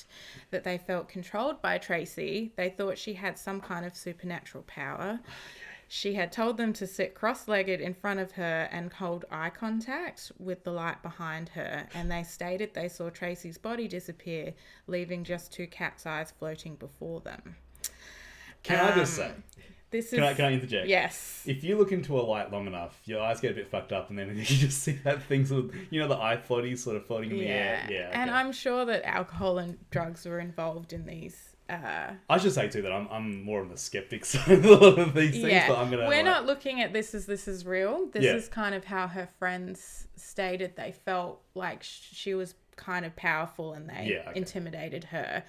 [SPEAKER 3] that they felt controlled by Tracy. They thought she had some kind of supernatural power. She had told them to sit cross legged in front of her and hold eye contact with the light behind her. And they stated they saw Tracy's body disappear, leaving just two cat's eyes floating before them.
[SPEAKER 1] Can I just say?
[SPEAKER 3] Um, This is.
[SPEAKER 1] Can I, can I interject?
[SPEAKER 3] Yes.
[SPEAKER 1] If you look into a light long enough, your eyes get a bit fucked up, and then you just see that thing sort of, you know, the eye floaty sort of floating in the air. Yeah.
[SPEAKER 3] And
[SPEAKER 1] okay.
[SPEAKER 3] I'm sure that alcohol and drugs were involved in these. Uh,
[SPEAKER 1] I should say too that I'm, I'm more on the skeptic side of a lot of these things,
[SPEAKER 3] yeah,
[SPEAKER 1] but I'm gonna.
[SPEAKER 3] we're
[SPEAKER 1] like-
[SPEAKER 3] not looking at this as this is real. This
[SPEAKER 1] Yeah.
[SPEAKER 3] is kind of how her friends stated they felt like sh- she was kind of powerful and they
[SPEAKER 1] Yeah, okay.
[SPEAKER 3] intimidated her.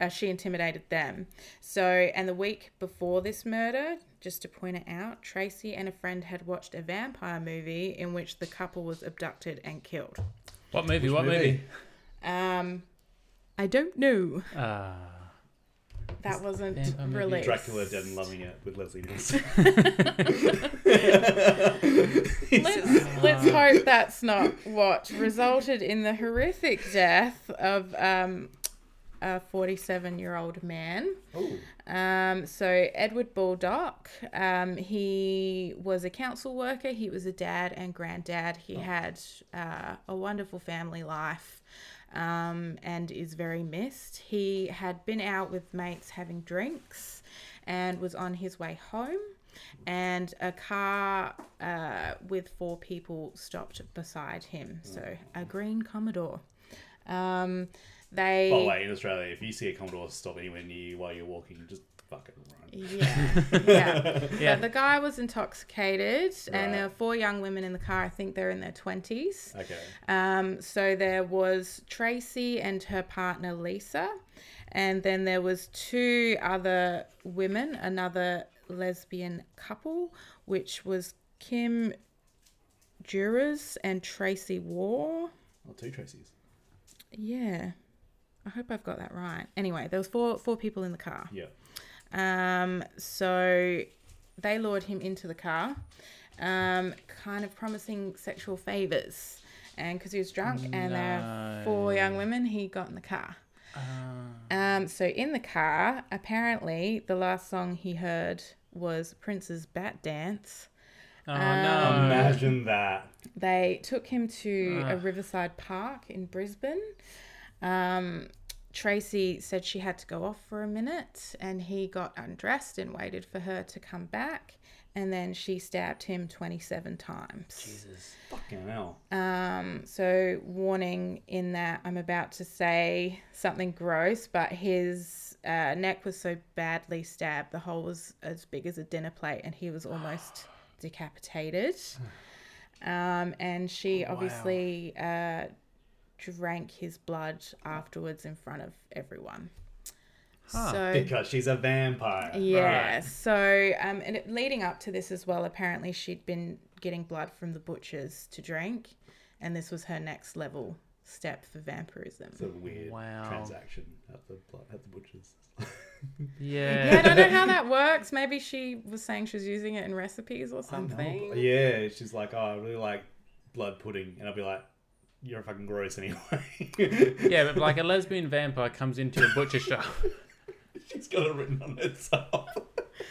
[SPEAKER 3] Uh, she intimidated them. So, and the week before this murder, just to point it out, Tracy and a friend had watched a vampire movie in which the couple was abducted and killed.
[SPEAKER 2] What movie? what movie?
[SPEAKER 3] Um, I don't know.
[SPEAKER 2] Ah,
[SPEAKER 3] That wasn't
[SPEAKER 2] vampire movie
[SPEAKER 3] released.
[SPEAKER 1] Dracula Dead and Loving It with Leslie Nielsen.
[SPEAKER 3] Let's, let's hope that's not what resulted in the horrific death of um, a 47 year old man.
[SPEAKER 1] oh,
[SPEAKER 3] Um, so, Edward Baldock, um, he was a council worker, he was a dad and granddad.
[SPEAKER 1] Oh.
[SPEAKER 3] He had uh, a wonderful family life um, and is very missed. He had been out with mates having drinks and was on his way home. And a car uh, with four people stopped beside him. So a green Commodore. Um, they.
[SPEAKER 1] by the way, in Australia, if you see a Commodore stop anywhere near you while you're walking, just fucking run.
[SPEAKER 3] Yeah, yeah.
[SPEAKER 2] Yeah.
[SPEAKER 3] But the guy was intoxicated,
[SPEAKER 1] Right.
[SPEAKER 3] and there were four young women in the car. I think they're in their twenties.
[SPEAKER 1] Okay.
[SPEAKER 3] Um, so there was Tracy and her partner Lisa, and then there was two other women, another lesbian couple, which was Kim Juras and Tracy War.
[SPEAKER 1] Well, two Tracy's.
[SPEAKER 3] Yeah. I hope I've got that right. Anyway, there was four four people in the car.
[SPEAKER 1] Yeah.
[SPEAKER 3] Um, so they lured him into the car, um, kind of promising sexual favors. And because he was drunk and there were four
[SPEAKER 2] No.
[SPEAKER 3] young women, he got in the car.
[SPEAKER 2] ah.
[SPEAKER 3] Um, so in the car, apparently the last song he heard was Prince's Bat Dance.
[SPEAKER 2] Oh,
[SPEAKER 3] Um,
[SPEAKER 2] no.
[SPEAKER 1] Imagine that.
[SPEAKER 3] They took him to a
[SPEAKER 2] Ugh.
[SPEAKER 3] riverside park in Brisbane. Um, Tracy said she had to go off for a minute, and he got undressed and waited for her to come back. And then she stabbed him 27 times.
[SPEAKER 2] Jesus.
[SPEAKER 1] Fucking hell.
[SPEAKER 3] Um, so, warning in that I'm about to say something gross, but his uh, neck was so badly stabbed, the hole was as big as a dinner plate, and he was almost decapitated. Um, and she obviously uh, drank his blood afterwards in front of everyone.
[SPEAKER 2] Huh.
[SPEAKER 3] So
[SPEAKER 1] Because she's a vampire.
[SPEAKER 3] yeah, so um, and it, leading up to this as well, apparently she'd been getting blood from the butchers to drink, and this was her next level step for vampirism.
[SPEAKER 1] It's a weird
[SPEAKER 2] Wow.
[SPEAKER 1] transaction at the at the butcher's.
[SPEAKER 2] Yeah.
[SPEAKER 3] yeah, I don't know how that works. Maybe she was saying she was using it in recipes or something.
[SPEAKER 1] Yeah, she's like, oh, I really like blood pudding, and I'll be like, you're fucking gross anyway.
[SPEAKER 2] Yeah, but like a lesbian vampire comes into a butcher shop
[SPEAKER 1] she's got it written on herself.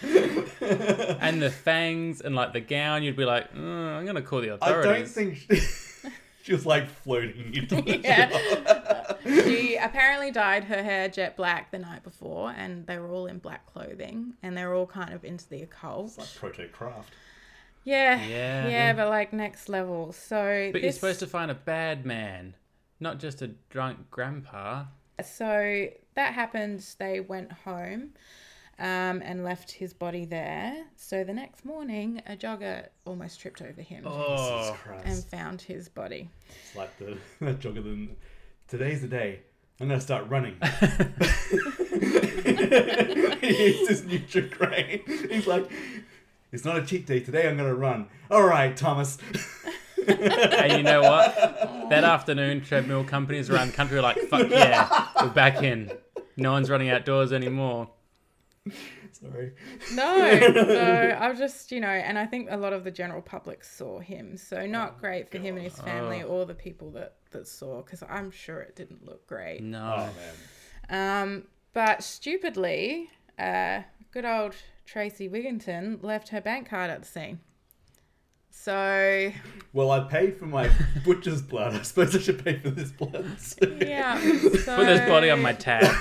[SPEAKER 2] and the fangs and like the gown, you'd be like, mm, I'm gonna call the
[SPEAKER 1] I
[SPEAKER 2] authorities.
[SPEAKER 1] don't think she, she was like floating into the
[SPEAKER 3] Yeah. she apparently dyed her hair jet black the night before, and they were all in black clothing, and they're all kind of into the occult.
[SPEAKER 1] like proto craft.
[SPEAKER 3] Yeah,
[SPEAKER 2] Yeah.
[SPEAKER 3] yeah, but like next level. So,
[SPEAKER 2] But you're
[SPEAKER 3] this,
[SPEAKER 2] supposed to find a bad man, not just a drunk grandpa.
[SPEAKER 3] So that happened. They went home, um, and left his body there. So the next morning, a jogger almost tripped over him
[SPEAKER 1] Jesus
[SPEAKER 2] Oh,
[SPEAKER 1] Christ.
[SPEAKER 3] and found his body.
[SPEAKER 1] It's like the that jogger then today's the day. I'm gonna start running. He's this Nutri-Grain. He's like, it's not a cheat day today. I'm gonna run. All right, Thomas.
[SPEAKER 2] and you know what? That afternoon, treadmill companies around the country were like, fuck yeah, we're back in. No one's running outdoors anymore.
[SPEAKER 1] Sorry.
[SPEAKER 3] No, no, I was just, you know, and I think a lot of the general public saw him. So not great for him and his family or the people that, that saw, because I'm sure it didn't look great.
[SPEAKER 1] Oh
[SPEAKER 2] No.
[SPEAKER 1] man.
[SPEAKER 3] Um, but stupidly, uh, good old Tracy Wigginton left her bank card at the scene. So,
[SPEAKER 1] Well, I paid for my butcher's blood. I suppose I should pay for this blood. too.
[SPEAKER 3] yeah. So,
[SPEAKER 2] Put this body on my tab.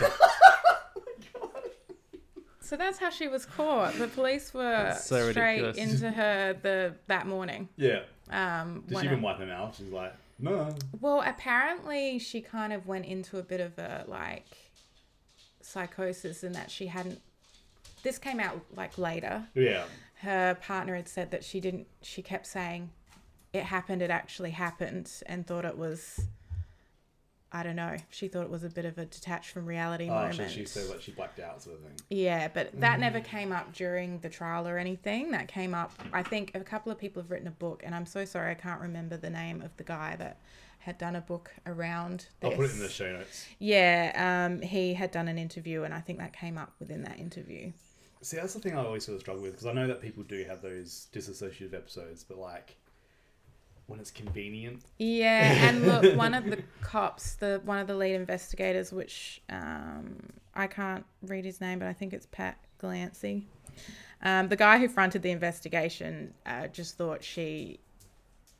[SPEAKER 3] So that's how she was caught. The police were
[SPEAKER 2] That's so
[SPEAKER 3] straight
[SPEAKER 2] ridiculous.
[SPEAKER 3] into her the that morning.
[SPEAKER 1] yeah.
[SPEAKER 3] Um,
[SPEAKER 1] Did
[SPEAKER 3] when
[SPEAKER 1] she
[SPEAKER 3] I-
[SPEAKER 1] even wipe her mouth? She's like, no.
[SPEAKER 3] Well, apparently she kind of went into a bit of a like psychosis in that she hadn't. This came out like later.
[SPEAKER 1] Yeah.
[SPEAKER 3] Her partner had said that she didn't. She kept saying, "It happened. It actually happened," and thought it was I don't know. She thought it was a bit of a detached from reality
[SPEAKER 1] Oh,
[SPEAKER 3] moment.
[SPEAKER 1] she, she said like she blacked out sort of thing.
[SPEAKER 3] Yeah, but that
[SPEAKER 1] Mm.
[SPEAKER 3] never came up during the trial or anything. That came up, I think a couple of people have written a book, and I'm so sorry I can't remember the name of the guy that had done a book around this.
[SPEAKER 1] I'll put it in the show notes.
[SPEAKER 3] Yeah, um, he had done an interview, and I think that came up within that interview.
[SPEAKER 1] See, that's the thing I always sort of struggle with because I know that people do have those disassociative episodes, but like when it's convenient,
[SPEAKER 3] Yeah, and look, one of the cops, the one of the lead investigators, which um, I can't read his name, but I think it's Pat Glancy. Um, the guy who fronted the investigation uh, just thought she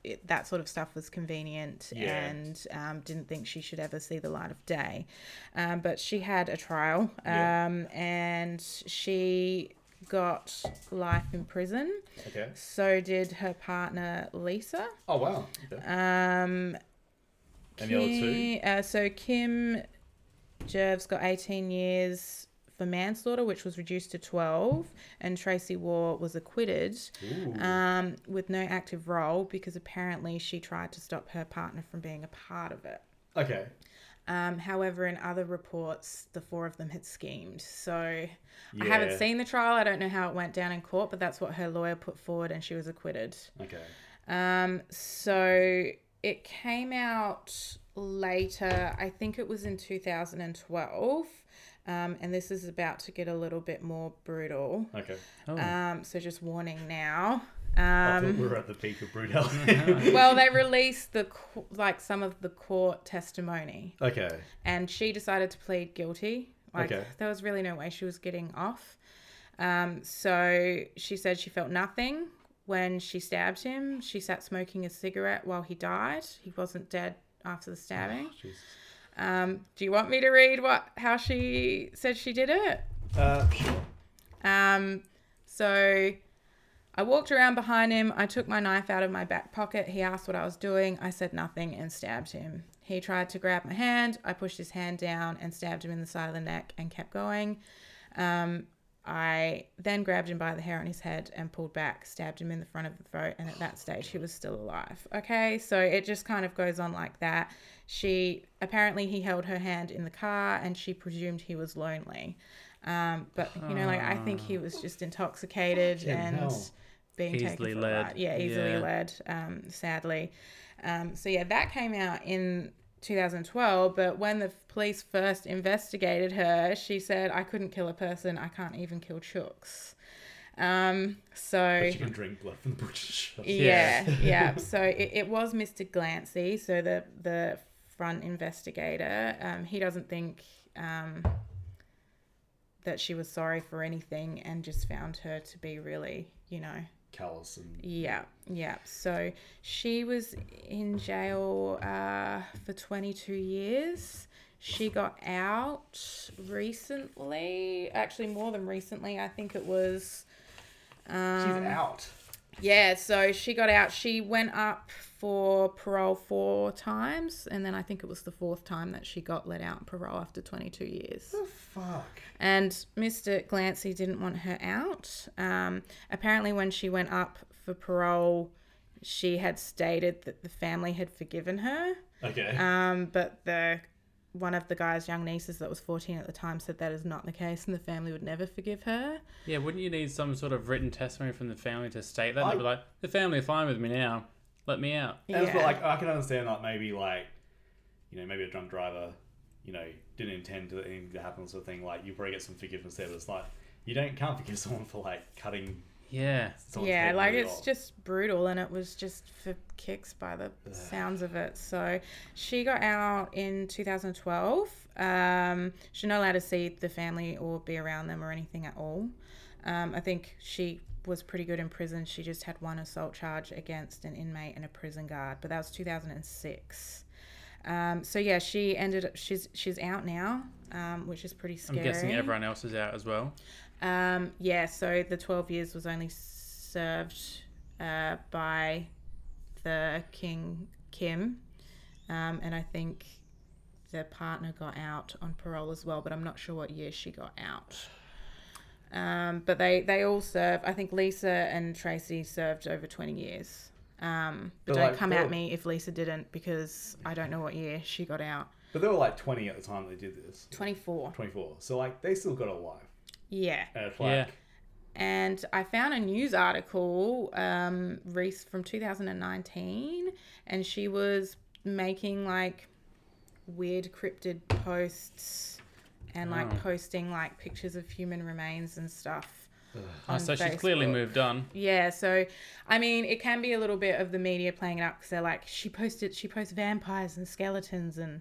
[SPEAKER 3] it, that sort of stuff was convenient
[SPEAKER 1] Yeah.
[SPEAKER 3] and um, didn't think she should ever see the light of day. Um, but she had a trial, um,
[SPEAKER 1] Yeah.
[SPEAKER 3] and she got life in prison.
[SPEAKER 1] okay.
[SPEAKER 3] So did her partner Lisa.
[SPEAKER 1] Oh wow. Okay.
[SPEAKER 3] Um,
[SPEAKER 1] And the other two?
[SPEAKER 3] Ki- Uh, so Kim Jerv's got 18 years for manslaughter, which was reduced to 12, and Tracy War was acquitted
[SPEAKER 1] Ooh.
[SPEAKER 3] um, with no active role because apparently she tried to stop her partner from being a part of it.
[SPEAKER 1] okay.
[SPEAKER 3] Um, however, in other reports, the four of them had schemed. So I haven't
[SPEAKER 1] Yeah.
[SPEAKER 3] seen the trial. I don't know how it went down in court, but that's what her lawyer put forward, and she was acquitted.
[SPEAKER 1] Okay.
[SPEAKER 3] Um, so it came out later, I think it was in 2012. Um, and this is about to get a little bit more brutal.
[SPEAKER 1] Okay.
[SPEAKER 2] Oh,
[SPEAKER 3] Um, so just warning now.
[SPEAKER 1] I thought we
[SPEAKER 3] Um,
[SPEAKER 1] were at the peak of brutality.
[SPEAKER 3] well, they released the co- like some of the court testimony,
[SPEAKER 1] okay.
[SPEAKER 3] and she decided to plead guilty. Like
[SPEAKER 1] Okay.
[SPEAKER 3] there was really no way she was getting off. Um, so she said she felt nothing when she stabbed him. She sat smoking a cigarette while he died. He wasn't dead after the stabbing.
[SPEAKER 1] Jesus.
[SPEAKER 3] Um, do you want me to read what how she said she did it?
[SPEAKER 1] Uh,
[SPEAKER 3] Um, so I walked around behind him. I took my knife out of my back pocket. He asked what I was doing. I said nothing and stabbed him. He tried to grab my hand. I pushed his hand down and stabbed him in the side of the neck and kept going. Um, I then grabbed him by the hair on his head and pulled back, stabbed him in the front of the throat, and at that stage he was still alive. Okay, so it just kind of goes on like that. She apparently he held her hand in the car and she presumed he was lonely. Um, but you know, like I think he was just intoxicated
[SPEAKER 1] Ah. Fucking
[SPEAKER 3] and
[SPEAKER 1] hell.
[SPEAKER 3] being
[SPEAKER 2] Easily
[SPEAKER 3] taken for a
[SPEAKER 2] led.
[SPEAKER 3] ride. Yeah, easily
[SPEAKER 2] Yeah.
[SPEAKER 3] led. Um, sadly, um, so yeah, that came out in 2012. But when the police first investigated her, she said, "I couldn't kill a person. I can't even kill chooks." Um, so
[SPEAKER 1] but you can drink blood from the butcher's shop.
[SPEAKER 3] E-
[SPEAKER 2] Yeah.
[SPEAKER 3] yeah, yeah. So it, it was Mr. Glancy, so the the front investigator. Um, he doesn't think um, that she was sorry for anything, and just found her to be really, you know,
[SPEAKER 1] Callous and
[SPEAKER 3] yeah, yeah. So she was in jail uh, for 22 years. She got out recently, actually more than recently. I think it was. Um,
[SPEAKER 1] she's out.
[SPEAKER 3] yeah, so she got out. She went up for parole four times, and then I think it was the fourth time that she got let out on parole after 22 years.
[SPEAKER 1] The fuck.
[SPEAKER 3] And Mr. Glancy didn't want her out. Um, apparently, when she went up for parole, she had stated that the family had forgiven her.
[SPEAKER 1] Okay.
[SPEAKER 3] Um, but the one of the guy's young nieces that was 14 at the time said that is not the case, and the family would never forgive her.
[SPEAKER 2] yeah. Wouldn't you need some sort of written testimony from the family to state that?
[SPEAKER 1] I-
[SPEAKER 2] They'd be like, the family are fine with me now. Let me out.
[SPEAKER 1] And it's like I can understand like maybe like you know maybe a drunk driver you know didn't intend to anything to happen sort of thing like you probably get some forgiveness there but it's like you don't can't forgive someone for like cutting
[SPEAKER 2] Yeah.
[SPEAKER 1] someone's
[SPEAKER 3] yeah,
[SPEAKER 1] head
[SPEAKER 3] like
[SPEAKER 1] really
[SPEAKER 3] it's
[SPEAKER 1] off.
[SPEAKER 3] just brutal, and it was just for kicks by the sounds of it. So she got out in 2012. Um, she's not allowed to see the family or be around them or anything at all. Um, I think she was pretty good in prison. She just had one assault charge against an inmate and a prison guard, but that was 2006. Um, so yeah, she ended up. She's she's out now, um, which is pretty
[SPEAKER 2] I'm
[SPEAKER 3] scary.
[SPEAKER 2] guessing everyone else is out as well.
[SPEAKER 3] Um, yeah, so the 12 years was only served uh, by the King Kim. Um, and I think the partner got out on parole as well, but I'm not sure what year she got out. Um, but they, they all serve. I think Lisa and Tracy served over 20 years. Um, but,
[SPEAKER 1] But,
[SPEAKER 3] don't
[SPEAKER 1] like,
[SPEAKER 3] come
[SPEAKER 1] they're-
[SPEAKER 3] at me if Lisa didn't because I don't know what year she got out.
[SPEAKER 1] But they were like 20 at the time they did this.
[SPEAKER 3] 24.
[SPEAKER 1] 24. So, like, they still got a life.
[SPEAKER 3] Yeah.
[SPEAKER 1] And it's
[SPEAKER 2] Yeah.
[SPEAKER 1] like,
[SPEAKER 3] and I found a news article um Reese from 2019 and she was making like weird cryptid posts and like
[SPEAKER 2] Oh.
[SPEAKER 3] posting like pictures of human remains and stuff.
[SPEAKER 2] Oh,
[SPEAKER 3] on
[SPEAKER 2] so she's clearly
[SPEAKER 3] Facebook.
[SPEAKER 2] moved on.
[SPEAKER 3] Yeah, so I mean, it can be a little bit of the media playing it up because they're like, she posted, she posts vampires and skeletons and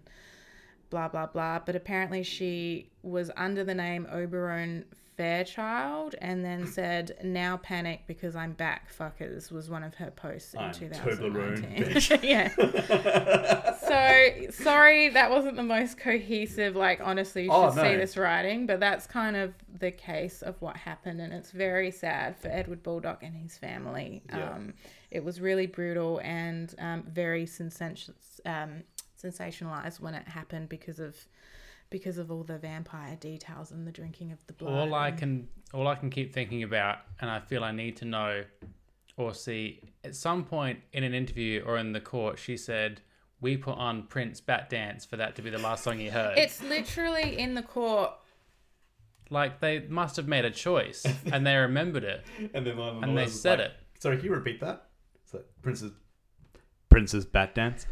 [SPEAKER 3] blah blah blah. But apparently, she was under the name Oberon Fairchild, and then said, "Now panic because I'm back, fuckers." Was one of her posts in
[SPEAKER 1] I'm Toblerone,
[SPEAKER 3] 2019. yeah. So sorry, that wasn't the most cohesive. Like honestly, you should
[SPEAKER 1] Oh,
[SPEAKER 3] see
[SPEAKER 1] no.
[SPEAKER 3] this writing, but that's kind of the case of what happened, and it's very sad for Edward Baldock and his family.
[SPEAKER 1] Yeah.
[SPEAKER 3] Um, it was really brutal and um, very sensation- um, sensationalized when it happened because of because of all the vampire details and the drinking of the blood.
[SPEAKER 2] All I
[SPEAKER 3] and-
[SPEAKER 2] can all I can keep thinking about and I feel I need to know or see at some point in an interview or in the court she said we put on Prince Bat Dance for that to be the last song he heard.
[SPEAKER 3] It's literally in the court.
[SPEAKER 2] like they must have made a choice and they remembered it.
[SPEAKER 1] and then one of the
[SPEAKER 2] And they
[SPEAKER 1] lawyers was
[SPEAKER 2] said
[SPEAKER 1] like,
[SPEAKER 2] it.
[SPEAKER 1] Sorry, can you repeat that? It's like, Prince's. Prince's bat dance.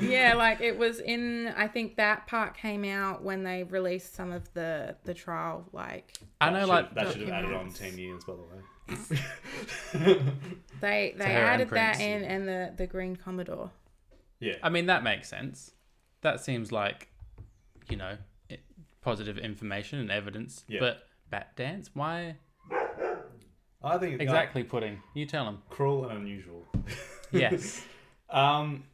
[SPEAKER 3] Yeah, like it was in. I think that part came out when they released some of the the trial. Like
[SPEAKER 2] I know
[SPEAKER 1] Should-
[SPEAKER 2] like
[SPEAKER 1] that should have added on
[SPEAKER 3] documents.
[SPEAKER 1] ten years, by the way.
[SPEAKER 3] they they
[SPEAKER 2] her and
[SPEAKER 3] added that
[SPEAKER 2] Prince.
[SPEAKER 3] in, and the the Green Commodore.
[SPEAKER 1] yeah,
[SPEAKER 2] I mean that makes sense. That seems like you know i positive information and evidence.
[SPEAKER 1] Yeah.
[SPEAKER 2] But Bat Dance why
[SPEAKER 1] I think uh,
[SPEAKER 2] exactly pudding? You tell them.
[SPEAKER 1] cruel and unusual.
[SPEAKER 2] Yes.
[SPEAKER 1] Um,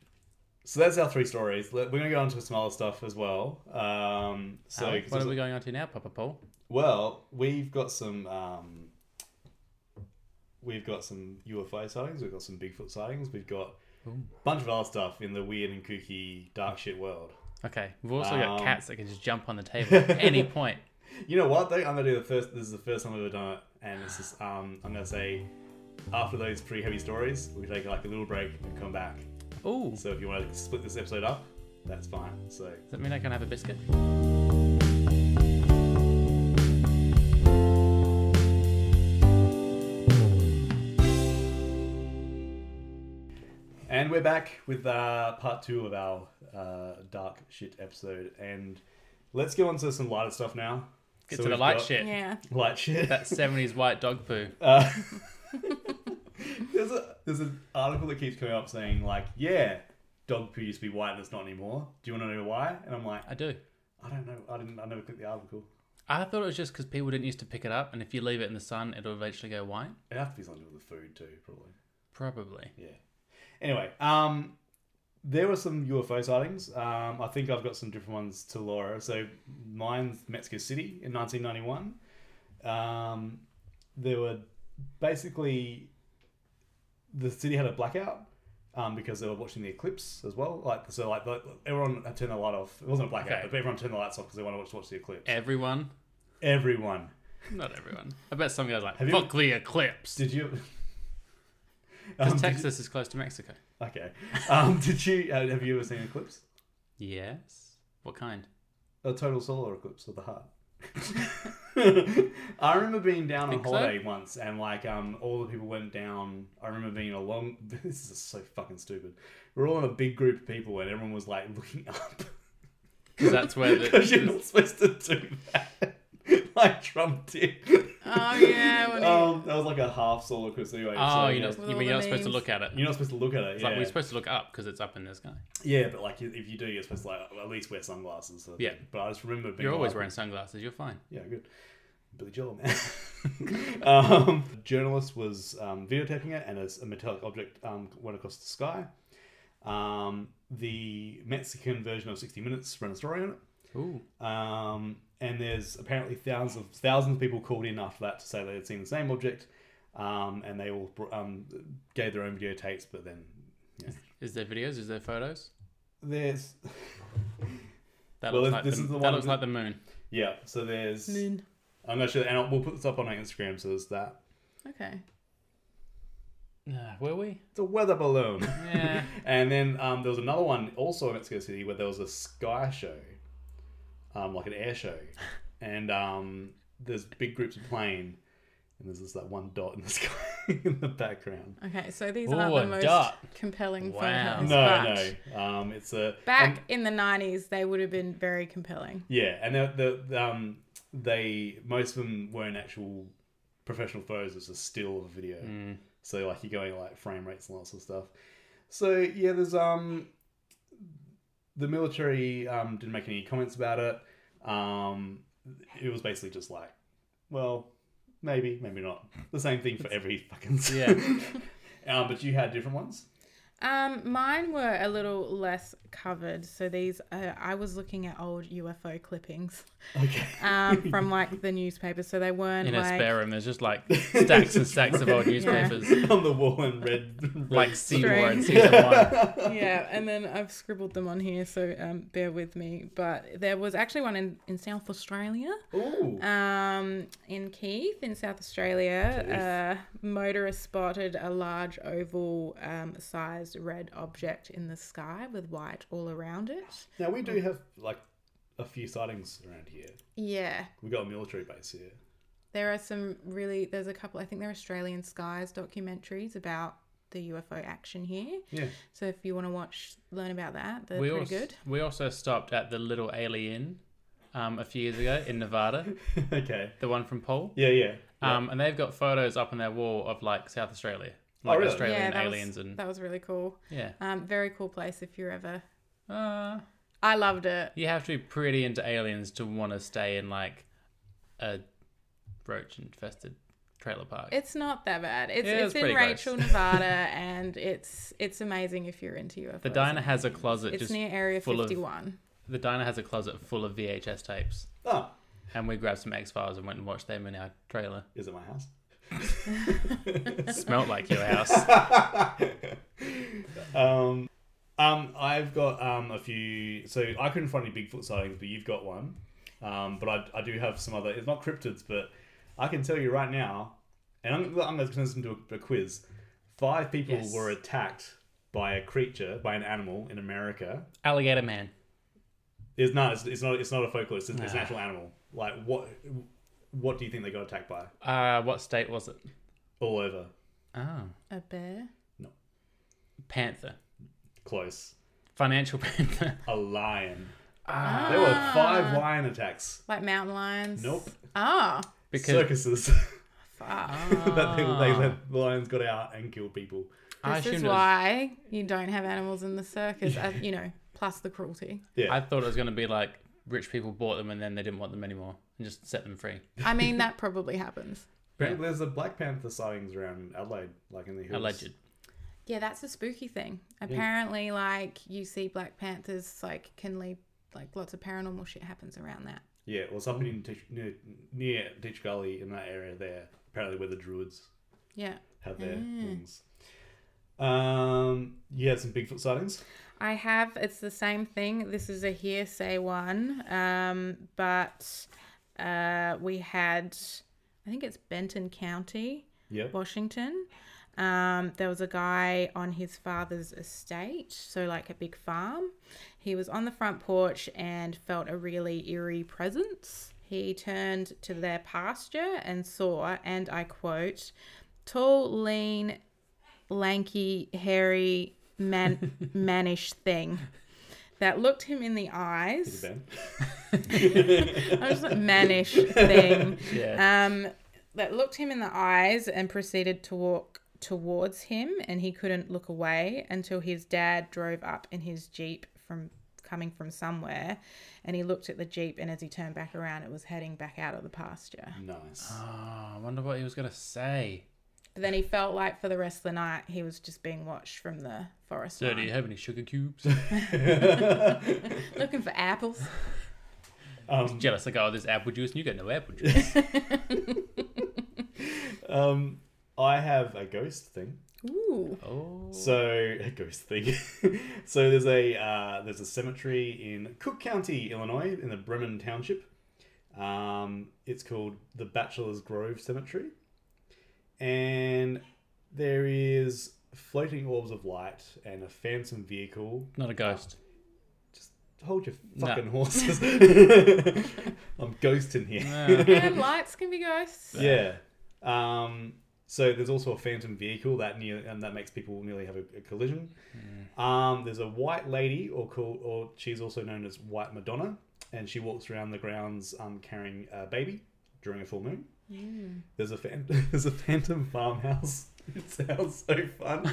[SPEAKER 1] so that's our three stories. Let- We're gonna go on to some other stuff as well. Um, so
[SPEAKER 2] Alec,
[SPEAKER 1] 'cause
[SPEAKER 2] what
[SPEAKER 1] there's-
[SPEAKER 2] are we going on to now, Papa Paul?
[SPEAKER 1] well, we've got some um, we've got some UFO sightings. We've got some Bigfoot sightings. We've got a bunch of other stuff in the weird and kooky dark shit world.
[SPEAKER 2] Okay, we've also got
[SPEAKER 1] Um,
[SPEAKER 2] cats that can just jump on the table at any point.
[SPEAKER 1] You know what? Though I'm gonna do the first. This is the first time I've ever done it, and this is um, I'm gonna say after those pretty heavy stories, we take like a little break and come back.
[SPEAKER 2] Ooh, does
[SPEAKER 1] So if you want to split this episode up, that's fine. So
[SPEAKER 2] that mean I can have a biscuit?
[SPEAKER 1] And we're back with uh, part two of our uh, dark shit episode, and let's go on to some lighter stuff now.
[SPEAKER 2] Get
[SPEAKER 1] So
[SPEAKER 2] to the
[SPEAKER 1] we've
[SPEAKER 2] light
[SPEAKER 1] got-
[SPEAKER 2] shit.
[SPEAKER 3] Yeah.
[SPEAKER 1] Light shit.
[SPEAKER 2] That seventies white dog poo.
[SPEAKER 1] Uh, there's a there's an article that keeps coming up saying like, yeah, dog poo used to be white and it's not anymore. Do you want to know why? And I'm like,
[SPEAKER 2] I do.
[SPEAKER 1] I don't know. I didn't. I never clicked the article.
[SPEAKER 2] I thought it was just because people didn't used to pick it up, and if you leave it in the sun, it'll eventually go white.
[SPEAKER 1] It has to be something to do with the food too, probably.
[SPEAKER 2] Probably.
[SPEAKER 1] Yeah. Anyway, um, there were some UFO sightings. Um, I think I've got some different ones to Laura. So mine's Mexico City in 1991. Um, there were basically the city had a blackout. Um, because they were watching the eclipse as well, like so, like the- everyone had turned the light off. It wasn't a blackout,
[SPEAKER 2] Okay.
[SPEAKER 1] but everyone turned the lights off because they wanted to watch, watch the eclipse.
[SPEAKER 2] Everyone,
[SPEAKER 1] Everyone,
[SPEAKER 2] not everyone. I bet some guys like
[SPEAKER 1] Have you-
[SPEAKER 2] fuck the eclipse.
[SPEAKER 1] did you? Um,
[SPEAKER 2] Because
[SPEAKER 1] did you-
[SPEAKER 2] Texas is close to Mexico.
[SPEAKER 1] okay. Um, did you? Uh, have you ever seen an eclipse?
[SPEAKER 2] Yes. What kind?
[SPEAKER 1] a total solar eclipse of the heart. I remember being down on
[SPEAKER 2] Think so?
[SPEAKER 1] holiday once, and like um, all the people went down. I remember being a long. This is so fucking stupid. We We're all in a big group of people, and everyone was like looking up
[SPEAKER 2] 'Cause that's where
[SPEAKER 1] because you're
[SPEAKER 2] the
[SPEAKER 1] not supposed to do that, like Trump did.
[SPEAKER 3] Oh yeah. When you-
[SPEAKER 1] Um, that was like a half solar eclipse anyway.
[SPEAKER 2] oh,
[SPEAKER 1] so,
[SPEAKER 2] you know,
[SPEAKER 1] yeah,
[SPEAKER 2] you
[SPEAKER 3] With
[SPEAKER 2] mean
[SPEAKER 3] all
[SPEAKER 2] you're
[SPEAKER 3] the
[SPEAKER 2] not supposed to
[SPEAKER 3] names.
[SPEAKER 2] look at it.
[SPEAKER 1] you're not supposed to look at it.
[SPEAKER 2] It's
[SPEAKER 1] yeah.
[SPEAKER 2] like we're supposed to look up because it's up in the sky.
[SPEAKER 1] yeah, but like if you do, you're supposed to like at least wear sunglasses. So
[SPEAKER 2] Yeah.
[SPEAKER 1] but I just remember being
[SPEAKER 2] You're always
[SPEAKER 1] like,
[SPEAKER 2] wearing sunglasses. You're fine.
[SPEAKER 1] Yeah, good. Billy Joel, man. um, a journalist was um, videotaping it, and a, s- a metallic object um, went across the sky. Um, the Mexican version of 60 Minutes ran a story on it.
[SPEAKER 2] Ooh.
[SPEAKER 1] Um, and there's apparently thousands of thousands of people called in after that to say they had seen the same object, um, and they all br- um, gave their own videotapes. But then, yeah.
[SPEAKER 2] Is there videos? Is there photos?
[SPEAKER 1] there's
[SPEAKER 2] That
[SPEAKER 1] Well,
[SPEAKER 2] looks
[SPEAKER 1] this-
[SPEAKER 2] like
[SPEAKER 1] this
[SPEAKER 2] the,
[SPEAKER 1] is the
[SPEAKER 2] that
[SPEAKER 1] one
[SPEAKER 2] looks
[SPEAKER 1] that-
[SPEAKER 2] like the moon.
[SPEAKER 1] yeah. So there's
[SPEAKER 3] Moon.
[SPEAKER 1] I'm not sure, and I'll, we'll put this up on our Instagram. So there's that.
[SPEAKER 3] Okay.
[SPEAKER 2] Uh, were we?
[SPEAKER 1] It's a weather balloon.
[SPEAKER 2] Yeah.
[SPEAKER 1] and then um, there was another one also in Mexico City where there was a sky show, um, like an air show, and um, there's big groups of plane, and there's this like one dot in the sky in the background.
[SPEAKER 3] Okay, so these
[SPEAKER 2] Ooh,
[SPEAKER 3] aren't the
[SPEAKER 2] a
[SPEAKER 3] most
[SPEAKER 2] duck.
[SPEAKER 3] compelling
[SPEAKER 2] Wow.
[SPEAKER 3] photos.
[SPEAKER 1] No,
[SPEAKER 3] but
[SPEAKER 1] no, um, it's a
[SPEAKER 3] Back
[SPEAKER 1] and-
[SPEAKER 3] in the 90s, they would have been very compelling.
[SPEAKER 1] yeah, and the, the um, they most of them weren't actual professional photos. It's a still of a video.
[SPEAKER 2] Mm.
[SPEAKER 1] So like you're going like frame rates and lots of stuff. So yeah, there's um the military um didn't make any comments about it. Um it was basically just like, well, maybe, maybe not. The same thing for every fucking
[SPEAKER 2] Yeah.
[SPEAKER 1] um but you had different ones?
[SPEAKER 3] Um, mine were a little less covered. So these, uh, I was looking at old UFO clippings
[SPEAKER 1] Okay.
[SPEAKER 3] um, from like the newspapers. So they weren't
[SPEAKER 2] In a
[SPEAKER 3] like
[SPEAKER 2] spare room, there's just like stacks and stacks of old newspapers,
[SPEAKER 1] On the wall in red,
[SPEAKER 2] like
[SPEAKER 1] red-
[SPEAKER 2] Seymour in
[SPEAKER 3] Strange.
[SPEAKER 2] season one.
[SPEAKER 3] yeah, and then I've scribbled them on here, so um, bear with me. But there was actually one in, in South Australia,
[SPEAKER 1] Ooh.
[SPEAKER 3] um, in Keith, in South Australia. Uh, motorists spotted a large oval um, sized red object in the sky with white all around it.
[SPEAKER 1] Now we
[SPEAKER 2] Hmm.
[SPEAKER 1] do have like a few sightings around here.
[SPEAKER 3] Yeah,
[SPEAKER 1] We got a military base here.
[SPEAKER 3] there are some really, there's a couple, I think they're Australian Skies documentaries about the UFO action here.
[SPEAKER 1] Yeah.
[SPEAKER 3] So if you want to watch, learn about that, they're
[SPEAKER 2] we
[SPEAKER 3] pretty
[SPEAKER 2] also,
[SPEAKER 3] good.
[SPEAKER 2] We also stopped at the Little Alien um, a few years ago in Nevada,
[SPEAKER 1] okay.
[SPEAKER 2] the one from Paul.
[SPEAKER 1] Yeah, yeah.
[SPEAKER 2] Um, and they've got photos up on their wall of like South Australia,
[SPEAKER 1] Oh,
[SPEAKER 2] like
[SPEAKER 1] really?
[SPEAKER 2] Australian
[SPEAKER 3] that was-
[SPEAKER 2] aliens, and
[SPEAKER 3] that was really cool.
[SPEAKER 2] yeah.
[SPEAKER 3] Um, very cool place if you're ever.
[SPEAKER 2] Uh,
[SPEAKER 3] I loved it.
[SPEAKER 2] you have to be pretty into aliens to want to stay in like a roach infested trailer park.
[SPEAKER 3] It's not that bad. It's,
[SPEAKER 2] Yeah,
[SPEAKER 3] it's,
[SPEAKER 2] it's
[SPEAKER 3] in
[SPEAKER 2] pretty gross.
[SPEAKER 3] Rachel, Nevada, and it's it's amazing if you're into UFOs.
[SPEAKER 2] the diner has a closet
[SPEAKER 3] It's
[SPEAKER 2] just
[SPEAKER 3] near Area
[SPEAKER 2] full of-
[SPEAKER 3] 51.
[SPEAKER 2] the diner has a closet full of VHS tapes.
[SPEAKER 1] Oh,
[SPEAKER 2] And we grabbed some X Files and went and watched them in our trailer.
[SPEAKER 1] is it my house?
[SPEAKER 2] It smelt like your house.
[SPEAKER 1] um, um, I've got um, a few. So I couldn't find any Bigfoot sightings, but you've got one. Um, but I, I do have some other. It's not cryptids, but I can tell you right now, and I'm, I'm going to turn this into a, a quiz. Five people
[SPEAKER 2] Yes.
[SPEAKER 1] were attacked by a creature, by an animal in America.
[SPEAKER 2] Alligator Man.
[SPEAKER 1] It's not. It's, it's not. It's not a folklore. It's, it's an
[SPEAKER 2] Nah.
[SPEAKER 1] actual animal. Like what? What do you think they got attacked by?
[SPEAKER 2] Uh, what state was it?
[SPEAKER 1] All over.
[SPEAKER 2] Oh,
[SPEAKER 3] A bear.
[SPEAKER 2] Panther.
[SPEAKER 1] Close.
[SPEAKER 2] Financial Panther.
[SPEAKER 1] A lion.
[SPEAKER 2] Ah,
[SPEAKER 1] There were five lion attacks.
[SPEAKER 3] Like mountain lions.
[SPEAKER 1] Nope.
[SPEAKER 3] Oh,
[SPEAKER 2] because
[SPEAKER 1] Circuses.
[SPEAKER 2] Ah,
[SPEAKER 3] fuck.
[SPEAKER 1] that they, they, let- the lions got out and killed people.
[SPEAKER 2] I
[SPEAKER 3] This
[SPEAKER 2] assumed
[SPEAKER 3] is
[SPEAKER 2] it was-
[SPEAKER 3] why you don't have animals in the circus, uh, you know, plus the cruelty.
[SPEAKER 1] Yeah.
[SPEAKER 2] I thought it was going to be like rich people bought them and then they didn't want them anymore and just set them free.
[SPEAKER 3] I mean, that probably happens.
[SPEAKER 1] Apparently There's a Black Panther sightings around Adelaide, like in the hills.
[SPEAKER 2] Alleged.
[SPEAKER 3] Yeah, that's a spooky thing. Apparently, like you see Black Panthers, like can lead like lots of paranormal shit happens around that.
[SPEAKER 1] Yeah, well, something in Titch, near, near Ditch Gully in that area there, apparently where the Druids
[SPEAKER 3] Yeah,
[SPEAKER 1] have their things. Um, you had some Bigfoot sightings?
[SPEAKER 3] I have. It's the same thing. This is a hearsay one, um, but uh, we had. I think it's Benton County,
[SPEAKER 1] Yep.
[SPEAKER 3] Washington. Um, there was a guy on his father's estate, so like a big farm. He was on the front porch and felt a really eerie presence. He turned to their pasture and saw, and I quote, tall, lean, lanky, hairy, man, mannish thing that looked him in the eyes.
[SPEAKER 1] Ben?
[SPEAKER 3] I was like, mannish thing
[SPEAKER 2] Yeah.
[SPEAKER 3] um, that looked him in the eyes and proceeded to walk towards him, and he couldn't look away until his dad drove up in his jeep from coming from somewhere, and he looked at the jeep, and as he turned back around, it was heading back out of the pasture.
[SPEAKER 1] Nice.
[SPEAKER 2] oh, I wonder what he was going to say.
[SPEAKER 3] But then he felt like for the rest of the night he was just being watched from the forest.
[SPEAKER 2] So, do
[SPEAKER 3] line.
[SPEAKER 2] you have any sugar cubes?
[SPEAKER 3] Looking for apples.
[SPEAKER 1] Um,
[SPEAKER 2] Jealous, like, oh, there's apple juice and you got no apple juice.
[SPEAKER 1] um, I have a ghost thing.
[SPEAKER 3] Ooh.
[SPEAKER 2] Oh.
[SPEAKER 1] So a ghost thing. so there's a uh, there's a cemetery in Cook County, Illinois, in the Bremen Township. Um, it's called the Bachelor's Grove Cemetery, and There is floating orbs of light and a phantom vehicle.
[SPEAKER 2] Not a ghost.
[SPEAKER 1] Just hold your fucking
[SPEAKER 2] No.
[SPEAKER 1] horses. I'm ghosting here.
[SPEAKER 3] and lights can be ghosts.
[SPEAKER 1] Yeah. Um, so there's also a phantom vehicle that near and that makes people nearly have a, a collision. Um, there's a white lady, or called, or she's also known as White Madonna, and she walks around the grounds um, carrying a baby during a full moon. There's a fan- there's a phantom farmhouse. It sounds so fun.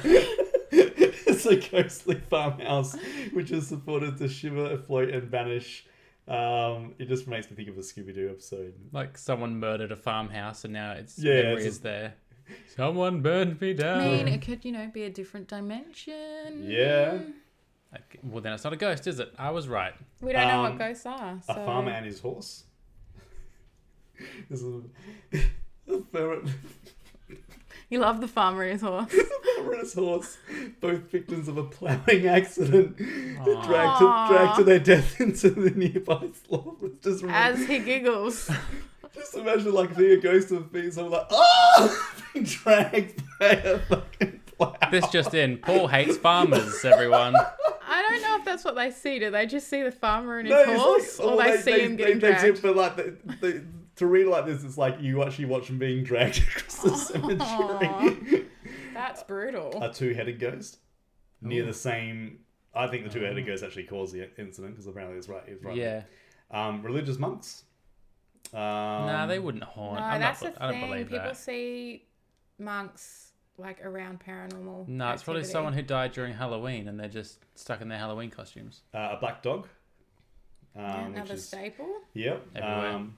[SPEAKER 1] it's a ghostly farmhouse which is supported to shiver, float, and vanish. Um, it just makes me think of a Scooby Doo episode.
[SPEAKER 2] Like someone murdered a farmhouse and now it's
[SPEAKER 1] Yeah,
[SPEAKER 2] memory
[SPEAKER 1] it's
[SPEAKER 2] is
[SPEAKER 1] a-
[SPEAKER 2] there. Someone burned me
[SPEAKER 1] Um,
[SPEAKER 2] down.
[SPEAKER 3] I mean, it could, you know, be a different dimension.
[SPEAKER 1] Yeah.
[SPEAKER 2] Okay, well, then it's not a ghost, is it? I was right.
[SPEAKER 3] We don't know
[SPEAKER 1] Um,
[SPEAKER 3] what ghosts are. So.
[SPEAKER 1] A farmer and his horse. this is a farmer,
[SPEAKER 3] You love the farmer and his horse.
[SPEAKER 1] farmer and his horse, both victims of a ploughing accident, dragged to, dragged to their death into the nearby slough. It's Just, rem-
[SPEAKER 3] As he giggles.
[SPEAKER 1] just imagine like being a ghost of being someone like, oh, being dragged by a fucking plough.
[SPEAKER 2] This just in. Paul hates farmers, everyone.
[SPEAKER 3] I don't know if that's what they see. Do they just see the farmer and his
[SPEAKER 1] No, it's
[SPEAKER 3] horse?
[SPEAKER 1] like-
[SPEAKER 3] or oh, they, see him getting
[SPEAKER 1] they do,
[SPEAKER 3] dragged?
[SPEAKER 1] but like the, the, to read like this, it's like you actually watch him being dragged across the cemetery.
[SPEAKER 3] That's
[SPEAKER 1] a
[SPEAKER 3] brutal.
[SPEAKER 1] two-headed ghost near the same. I think the two-headed ghost actually caused the incident because apparently it's right. It's right.
[SPEAKER 2] Mm. Yeah.
[SPEAKER 1] Um, religious monks. Um,
[SPEAKER 2] nah, they wouldn't haunt.
[SPEAKER 3] No,
[SPEAKER 2] I'm
[SPEAKER 3] that's
[SPEAKER 2] not,
[SPEAKER 3] the
[SPEAKER 2] I don't
[SPEAKER 3] thing.
[SPEAKER 2] believe
[SPEAKER 3] People
[SPEAKER 2] that.
[SPEAKER 3] see monks like around paranormal.
[SPEAKER 2] No, it's probably
[SPEAKER 3] activity.
[SPEAKER 2] someone who died during Halloween and they're just stuck in their Halloween costumes.
[SPEAKER 1] Uh, a black dog. Um, which
[SPEAKER 3] Another
[SPEAKER 1] is,
[SPEAKER 3] staple.
[SPEAKER 1] Yep.
[SPEAKER 2] Everywhere.
[SPEAKER 1] Um,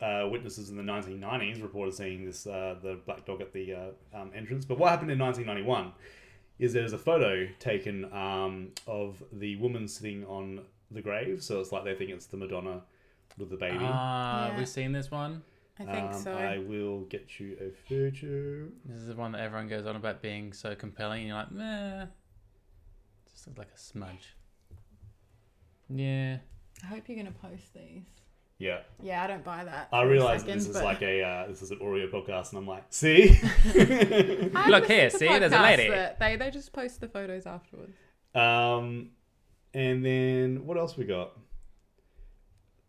[SPEAKER 1] uh, witnesses in the 1990s reported seeing this uh, the black dog at the uh, um, entrance. But what happened in 1991 is there's a photo taken um, of the woman sitting on the grave. So it's like they think it's the Madonna with the baby.
[SPEAKER 2] Ah,
[SPEAKER 3] Yeah.
[SPEAKER 2] we've seen this one.
[SPEAKER 3] I think
[SPEAKER 1] Um,
[SPEAKER 3] so.
[SPEAKER 1] I will get you a photo.
[SPEAKER 2] This is the one that everyone goes on about being so compelling. And you're like, meh. Just looks like a smudge. Yeah.
[SPEAKER 3] I hope you're gonna post these.
[SPEAKER 1] Yeah,
[SPEAKER 3] Yeah, I don't buy that.
[SPEAKER 1] I
[SPEAKER 3] for a
[SPEAKER 1] realize that
[SPEAKER 3] second,
[SPEAKER 1] this is
[SPEAKER 3] but-
[SPEAKER 1] like a uh, this is an audio podcast, and I'm like, see,
[SPEAKER 3] I
[SPEAKER 2] Look
[SPEAKER 3] listen
[SPEAKER 2] here,
[SPEAKER 3] to
[SPEAKER 2] see, there's a
[SPEAKER 3] podcasts
[SPEAKER 2] lady.
[SPEAKER 3] that They they just post the photos afterwards.
[SPEAKER 1] um, and then what else we got?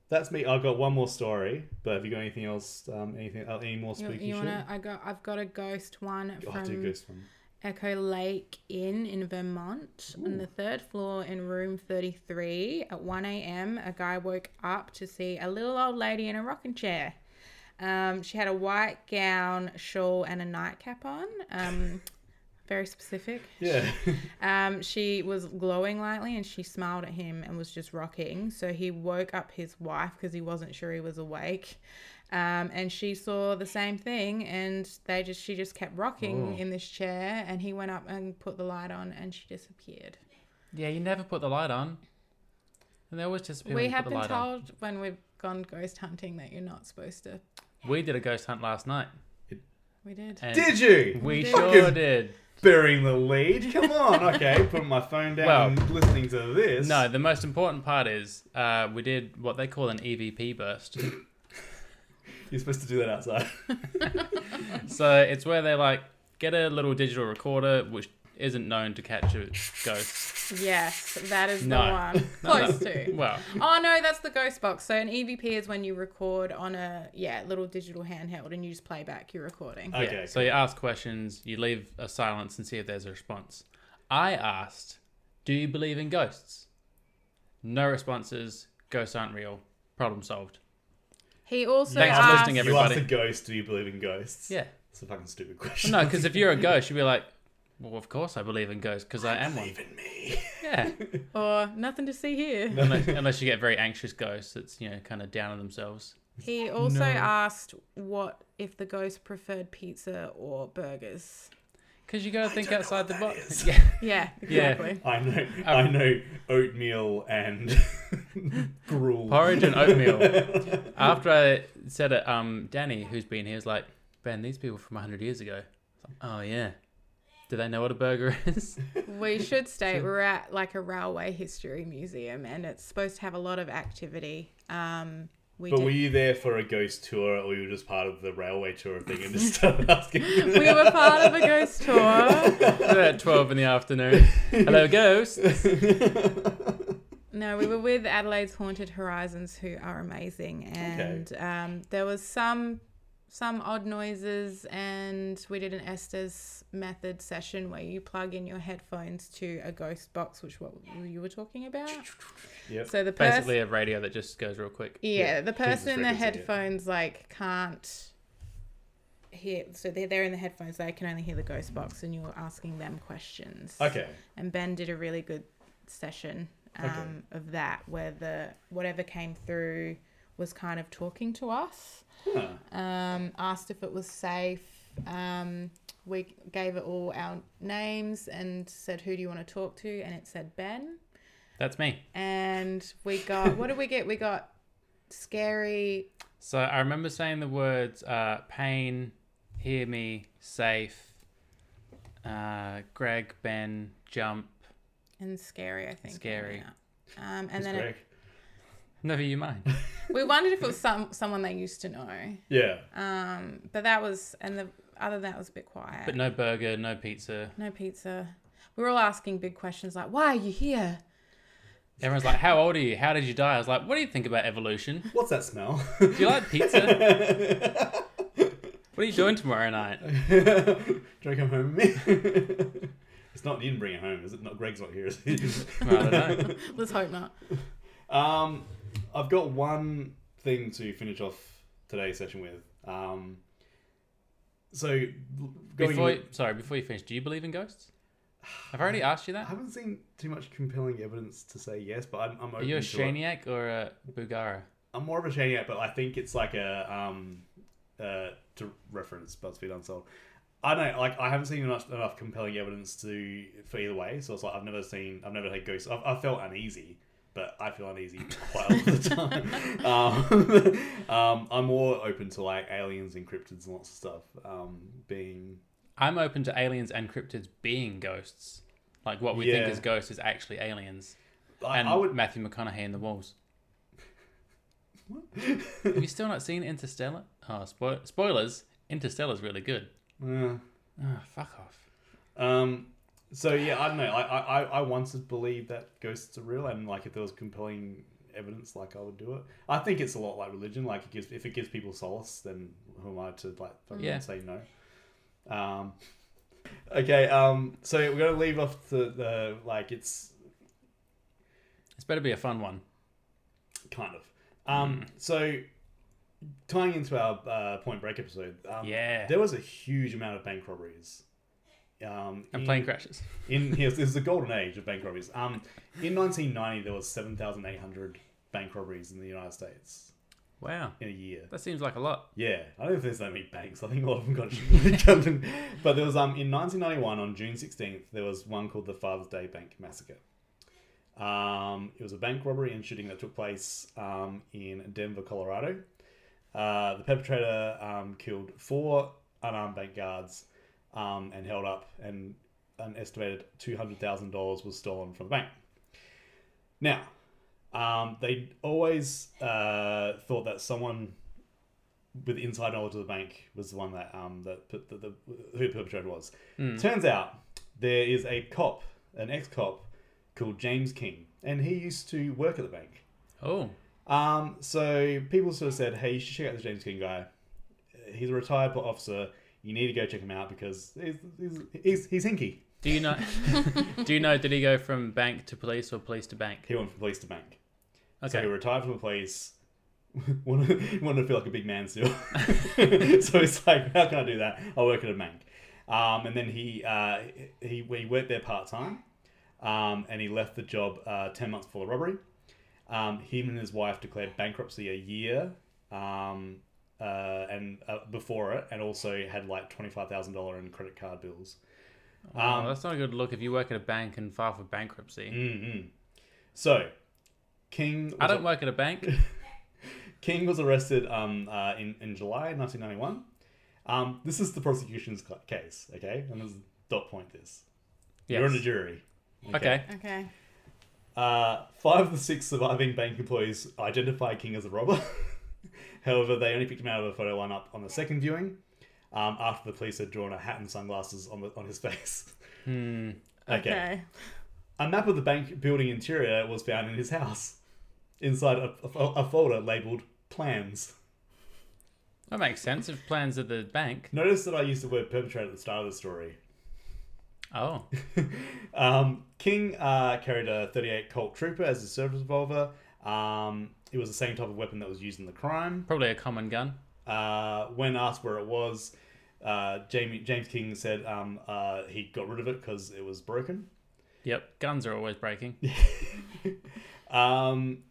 [SPEAKER 1] That's me. I've got one more story, but have you got anything else? Um, anything? Uh, any more
[SPEAKER 3] You,
[SPEAKER 1] spooky
[SPEAKER 3] you
[SPEAKER 1] shit?
[SPEAKER 3] wanna? I got. I've got a ghost one
[SPEAKER 1] Oh, do
[SPEAKER 3] from
[SPEAKER 1] ghost one.
[SPEAKER 3] Echo Lake Inn in Vermont. On the third floor in room 33, at 1 a.m., a guy woke up to see a little old lady in a rocking chair. Um, she had a white gown, shawl, and a nightcap on. Um, very specific.
[SPEAKER 1] Yeah.
[SPEAKER 3] Um, she was glowing lightly and she smiled at him and was just rocking. So he woke up his wife because he wasn't sure he was awake. Um, and she saw the same thing and they just she just kept rocking
[SPEAKER 2] Oh.
[SPEAKER 3] in this chair and he went up and put the light on and she disappeared.
[SPEAKER 2] Yeah, you never put the light on. And they always disappear
[SPEAKER 3] we
[SPEAKER 2] when you put
[SPEAKER 3] have
[SPEAKER 2] the
[SPEAKER 3] been
[SPEAKER 2] light on.
[SPEAKER 3] told when we've gone ghost hunting that you're not supposed to.
[SPEAKER 2] We did a ghost hunt last night.
[SPEAKER 3] We did.
[SPEAKER 2] And
[SPEAKER 1] Did you?
[SPEAKER 2] We
[SPEAKER 3] did.
[SPEAKER 2] sure did.
[SPEAKER 1] Burying the lead. Come on. Okay, putting my phone down
[SPEAKER 2] Well-
[SPEAKER 1] and listening to this.
[SPEAKER 2] No, the most important part is uh, we did what they call an EVP burst.
[SPEAKER 1] you're supposed to do that outside.
[SPEAKER 2] so it's where they like get a little digital recorder which isn't known to catch a ghost.
[SPEAKER 3] Yes, that is
[SPEAKER 2] No.
[SPEAKER 3] the one.
[SPEAKER 2] No, no.
[SPEAKER 3] Close to.
[SPEAKER 2] Well,
[SPEAKER 3] Oh no, that's the ghost box. So an EVP is when you record on a yeah little digital handheld and you just play back your recording.
[SPEAKER 1] Okay.
[SPEAKER 2] yeah. So you ask questions, you leave a silence and see if there's a response. I asked, "Do you believe in ghosts?" No responses. Ghosts aren't real. Problem solved.
[SPEAKER 3] He also
[SPEAKER 2] Thanks for
[SPEAKER 3] asked,
[SPEAKER 2] listening,
[SPEAKER 1] You asked
[SPEAKER 2] everybody.
[SPEAKER 1] a ghost, do you believe in ghosts?
[SPEAKER 2] Yeah.
[SPEAKER 1] It's a fucking stupid question.
[SPEAKER 2] No, because if you're a ghost, you'd be like, "Well, of course I believe in ghosts because I am one."
[SPEAKER 1] Believe in me.
[SPEAKER 2] Yeah.
[SPEAKER 3] or nothing to see here.
[SPEAKER 2] unless, unless you get very anxious ghosts that's you know kind of down on themselves
[SPEAKER 3] He also
[SPEAKER 2] No.
[SPEAKER 3] asked what if the ghost preferred pizza or burgers.
[SPEAKER 2] because you got to think
[SPEAKER 1] don't know
[SPEAKER 2] outside the
[SPEAKER 1] what that
[SPEAKER 2] box
[SPEAKER 1] is.
[SPEAKER 2] yeah
[SPEAKER 3] Yeah, exactly.
[SPEAKER 1] I know.
[SPEAKER 3] Um,
[SPEAKER 1] I know oatmeal and gruel.
[SPEAKER 2] porridge and oatmeal after i said it um danny who's been here was like ben these people from 100 years ago I was like, oh yeah do they know what a burger is
[SPEAKER 3] We should state we're at like a railway history museum and it's supposed to have a lot of activity. Um, We
[SPEAKER 1] But
[SPEAKER 3] did.
[SPEAKER 1] were
[SPEAKER 3] We...
[SPEAKER 1] you there for a ghost tour, or you were just part of the railway tour thing and just started asking?
[SPEAKER 3] were part of a ghost tour.
[SPEAKER 2] at 12 in the afternoon. Hello, ghost.
[SPEAKER 3] No, we were with Adelaide's Haunted Horizons, who are amazing, and um, there was some some odd noises, and we did an Esther's method session where you plug in your headphones to a ghost box, which what you were talking about.
[SPEAKER 1] Yep.
[SPEAKER 3] So the person,
[SPEAKER 2] Basically, a radio that just goes real quick.
[SPEAKER 3] yeah, the person in
[SPEAKER 1] frequency,
[SPEAKER 3] the
[SPEAKER 1] yeah.
[SPEAKER 3] headphones like can't hear, so they're they're in the headphones, they can only hear the ghost box, and you were asking them questions
[SPEAKER 1] Okay.
[SPEAKER 3] and Ben did a really good session um,
[SPEAKER 1] Okay.
[SPEAKER 3] of that, where the whatever came through was kind of talking to us,
[SPEAKER 1] Huh.
[SPEAKER 3] um, asked if it was safe. Um, we gave it all our names and said, "Who do you want to talk to?" And it said Ben.
[SPEAKER 2] That's me.
[SPEAKER 3] And we got what did we get? We got scary.
[SPEAKER 2] So I remember saying the words uh, pain, hear me, safe, uh, Greg, Ben, jump.
[SPEAKER 3] And scary, I think.
[SPEAKER 2] Scary.
[SPEAKER 3] yeah. Um, and
[SPEAKER 1] It's
[SPEAKER 3] then
[SPEAKER 1] great.
[SPEAKER 3] it,
[SPEAKER 2] Never you mind.
[SPEAKER 3] we wondered if it was some someone they used to know.
[SPEAKER 1] Yeah.
[SPEAKER 3] Um, but that was, and the other than that was a bit quiet.
[SPEAKER 2] But no burger, no pizza.
[SPEAKER 3] No pizza. We were all asking big questions like, why are you here?
[SPEAKER 2] Everyone's like, How old are you? How did you die? I was like, What do you think about evolution?
[SPEAKER 1] What's that smell?
[SPEAKER 2] Do you like pizza? What are you doing tomorrow night?
[SPEAKER 1] Do I come home with me? it's not. You didn't bring it home, is it? Not Greg's not here, is he?
[SPEAKER 2] Well, I don't know.
[SPEAKER 3] Let's hope not.
[SPEAKER 1] Um, I've got one thing to finish off today's session with. Um, so l- going
[SPEAKER 2] Before you, sorry, before you finish, do you believe in ghosts? I've already asked you
[SPEAKER 1] I
[SPEAKER 2] that.
[SPEAKER 1] haven't seen too much compelling evidence to say yes, but I'm, I'm
[SPEAKER 2] Are
[SPEAKER 1] open
[SPEAKER 2] you a
[SPEAKER 1] to it.
[SPEAKER 2] Shaniac or a Bugara?
[SPEAKER 1] I'm more of a Shaniac, but I think it's like a um uh to reference BuzzFeed Unsolved. I don't know, like I haven't seen enough, enough compelling evidence to for either way. So it's like I've never seen, I've never had ghosts. I've, I felt uneasy, but I feel uneasy quite a lot of the time. um, um, I'm more open to like aliens and cryptids and lots of stuff. Um, being
[SPEAKER 2] I'm open to aliens and cryptids being ghosts. Like what we
[SPEAKER 1] Yeah.
[SPEAKER 2] think is ghosts is actually aliens.
[SPEAKER 1] I,
[SPEAKER 2] And
[SPEAKER 1] I would
[SPEAKER 2] Matthew McConaughey in the walls. Have you still not seen Interstellar? Oh, spoil- spoilers! Interstellar's really good.
[SPEAKER 1] yeah.
[SPEAKER 2] Oh, fuck off.
[SPEAKER 1] Um, so yeah, I don't know. I, I, I- I once believed that ghosts are real, and like if there was compelling evidence, like I would do it. I think it's a lot like religion. Like it gives if it gives people solace, then who am I to like fucking
[SPEAKER 2] Yeah.
[SPEAKER 1] say no? Um, okay. Um, so we're gonna leave off the, the like it's
[SPEAKER 2] It's better be a fun one.
[SPEAKER 1] kind of.
[SPEAKER 2] Hmm.
[SPEAKER 1] Um, so tying into our uh, Point Break episode, um,
[SPEAKER 2] Yeah.
[SPEAKER 1] there was a huge amount of bank robberies. Um,
[SPEAKER 2] And
[SPEAKER 1] in-
[SPEAKER 2] plane crashes.
[SPEAKER 1] In yes, this is the golden age of bank robberies. Um, in 1990, there was 7,800 bank robberies in the United States
[SPEAKER 2] Wow,
[SPEAKER 1] in a year.
[SPEAKER 2] that seems like a lot.
[SPEAKER 1] Yeah, I don't think there's that many banks. I think a lot of them got shut But there was um in 1991 on June 16th, there was one called the Father's Day Bank Massacre. Um, it was a bank robbery and shooting that took place um, in Denver, Colorado. Uh, the perpetrator um, killed four unarmed bank guards um, and held up, and an estimated $200,000 was stolen from the bank. Now, um, they always uh, thought that someone with inside knowledge of the bank was the one that um that put the, the who the perpetrator was. Turns out there is a cop, an ex cop called James King, and he used to work at the bank.
[SPEAKER 2] Oh,
[SPEAKER 1] Um, so people sort of said, "Hey, you should check out this James King guy. He's a retired officer. You need to go check him out because he's he's he's, he's hinky."
[SPEAKER 2] do you know? do you know? Did he go from bank to police or police to bank?
[SPEAKER 1] He went from police to bank. So he
[SPEAKER 2] Okay.
[SPEAKER 1] retired from the police. wanted, wanted to feel like a big man still. so it's like, how can I do that? I work at a bank. Um, and then he uh, he he worked there part time, um, and he left the job uh, ten months before the robbery. Um, him and his wife declared bankruptcy a year um, uh, and uh, before it, and also had like twenty five thousand dollar in credit card bills.
[SPEAKER 2] Oh, that's not a good look if you work at a bank and file for bankruptcy.
[SPEAKER 1] Mm-mm. Mm-hmm. So King,
[SPEAKER 2] I
[SPEAKER 1] was a-
[SPEAKER 2] don't work at a bank.
[SPEAKER 1] King was arrested um, uh, in, in July 1991. Um, this is the prosecution's cl- case, okay? And this is dot point this. You're on the
[SPEAKER 2] Yes.
[SPEAKER 1] jury.
[SPEAKER 2] Okay.
[SPEAKER 3] Okay.
[SPEAKER 1] Uh, five of the six surviving bank employees identify King as a robber. However, they only picked him out of a photo lineup on the second viewing, um, after the police had drawn a hat and sunglasses on the, on his face.
[SPEAKER 2] Hmm.
[SPEAKER 3] Okay.
[SPEAKER 1] A map of the bank building interior was found in his house, inside a, a, fo- a folder labeled plans.
[SPEAKER 2] That makes sense. If plans at the bank.
[SPEAKER 1] Notice that I used the word perpetrator at the start of the story.
[SPEAKER 2] Oh.
[SPEAKER 1] Um, King uh, carried a 38 Colt Trooper as his service revolver. Um, it was the same type of weapon that was used in the crime.
[SPEAKER 2] Probably a common gun.
[SPEAKER 1] Uh, when asked where it was, uh, Jamie, James King said um, uh, he got rid of it because it was broken.
[SPEAKER 2] Yep. Guns are always breaking.
[SPEAKER 1] Um,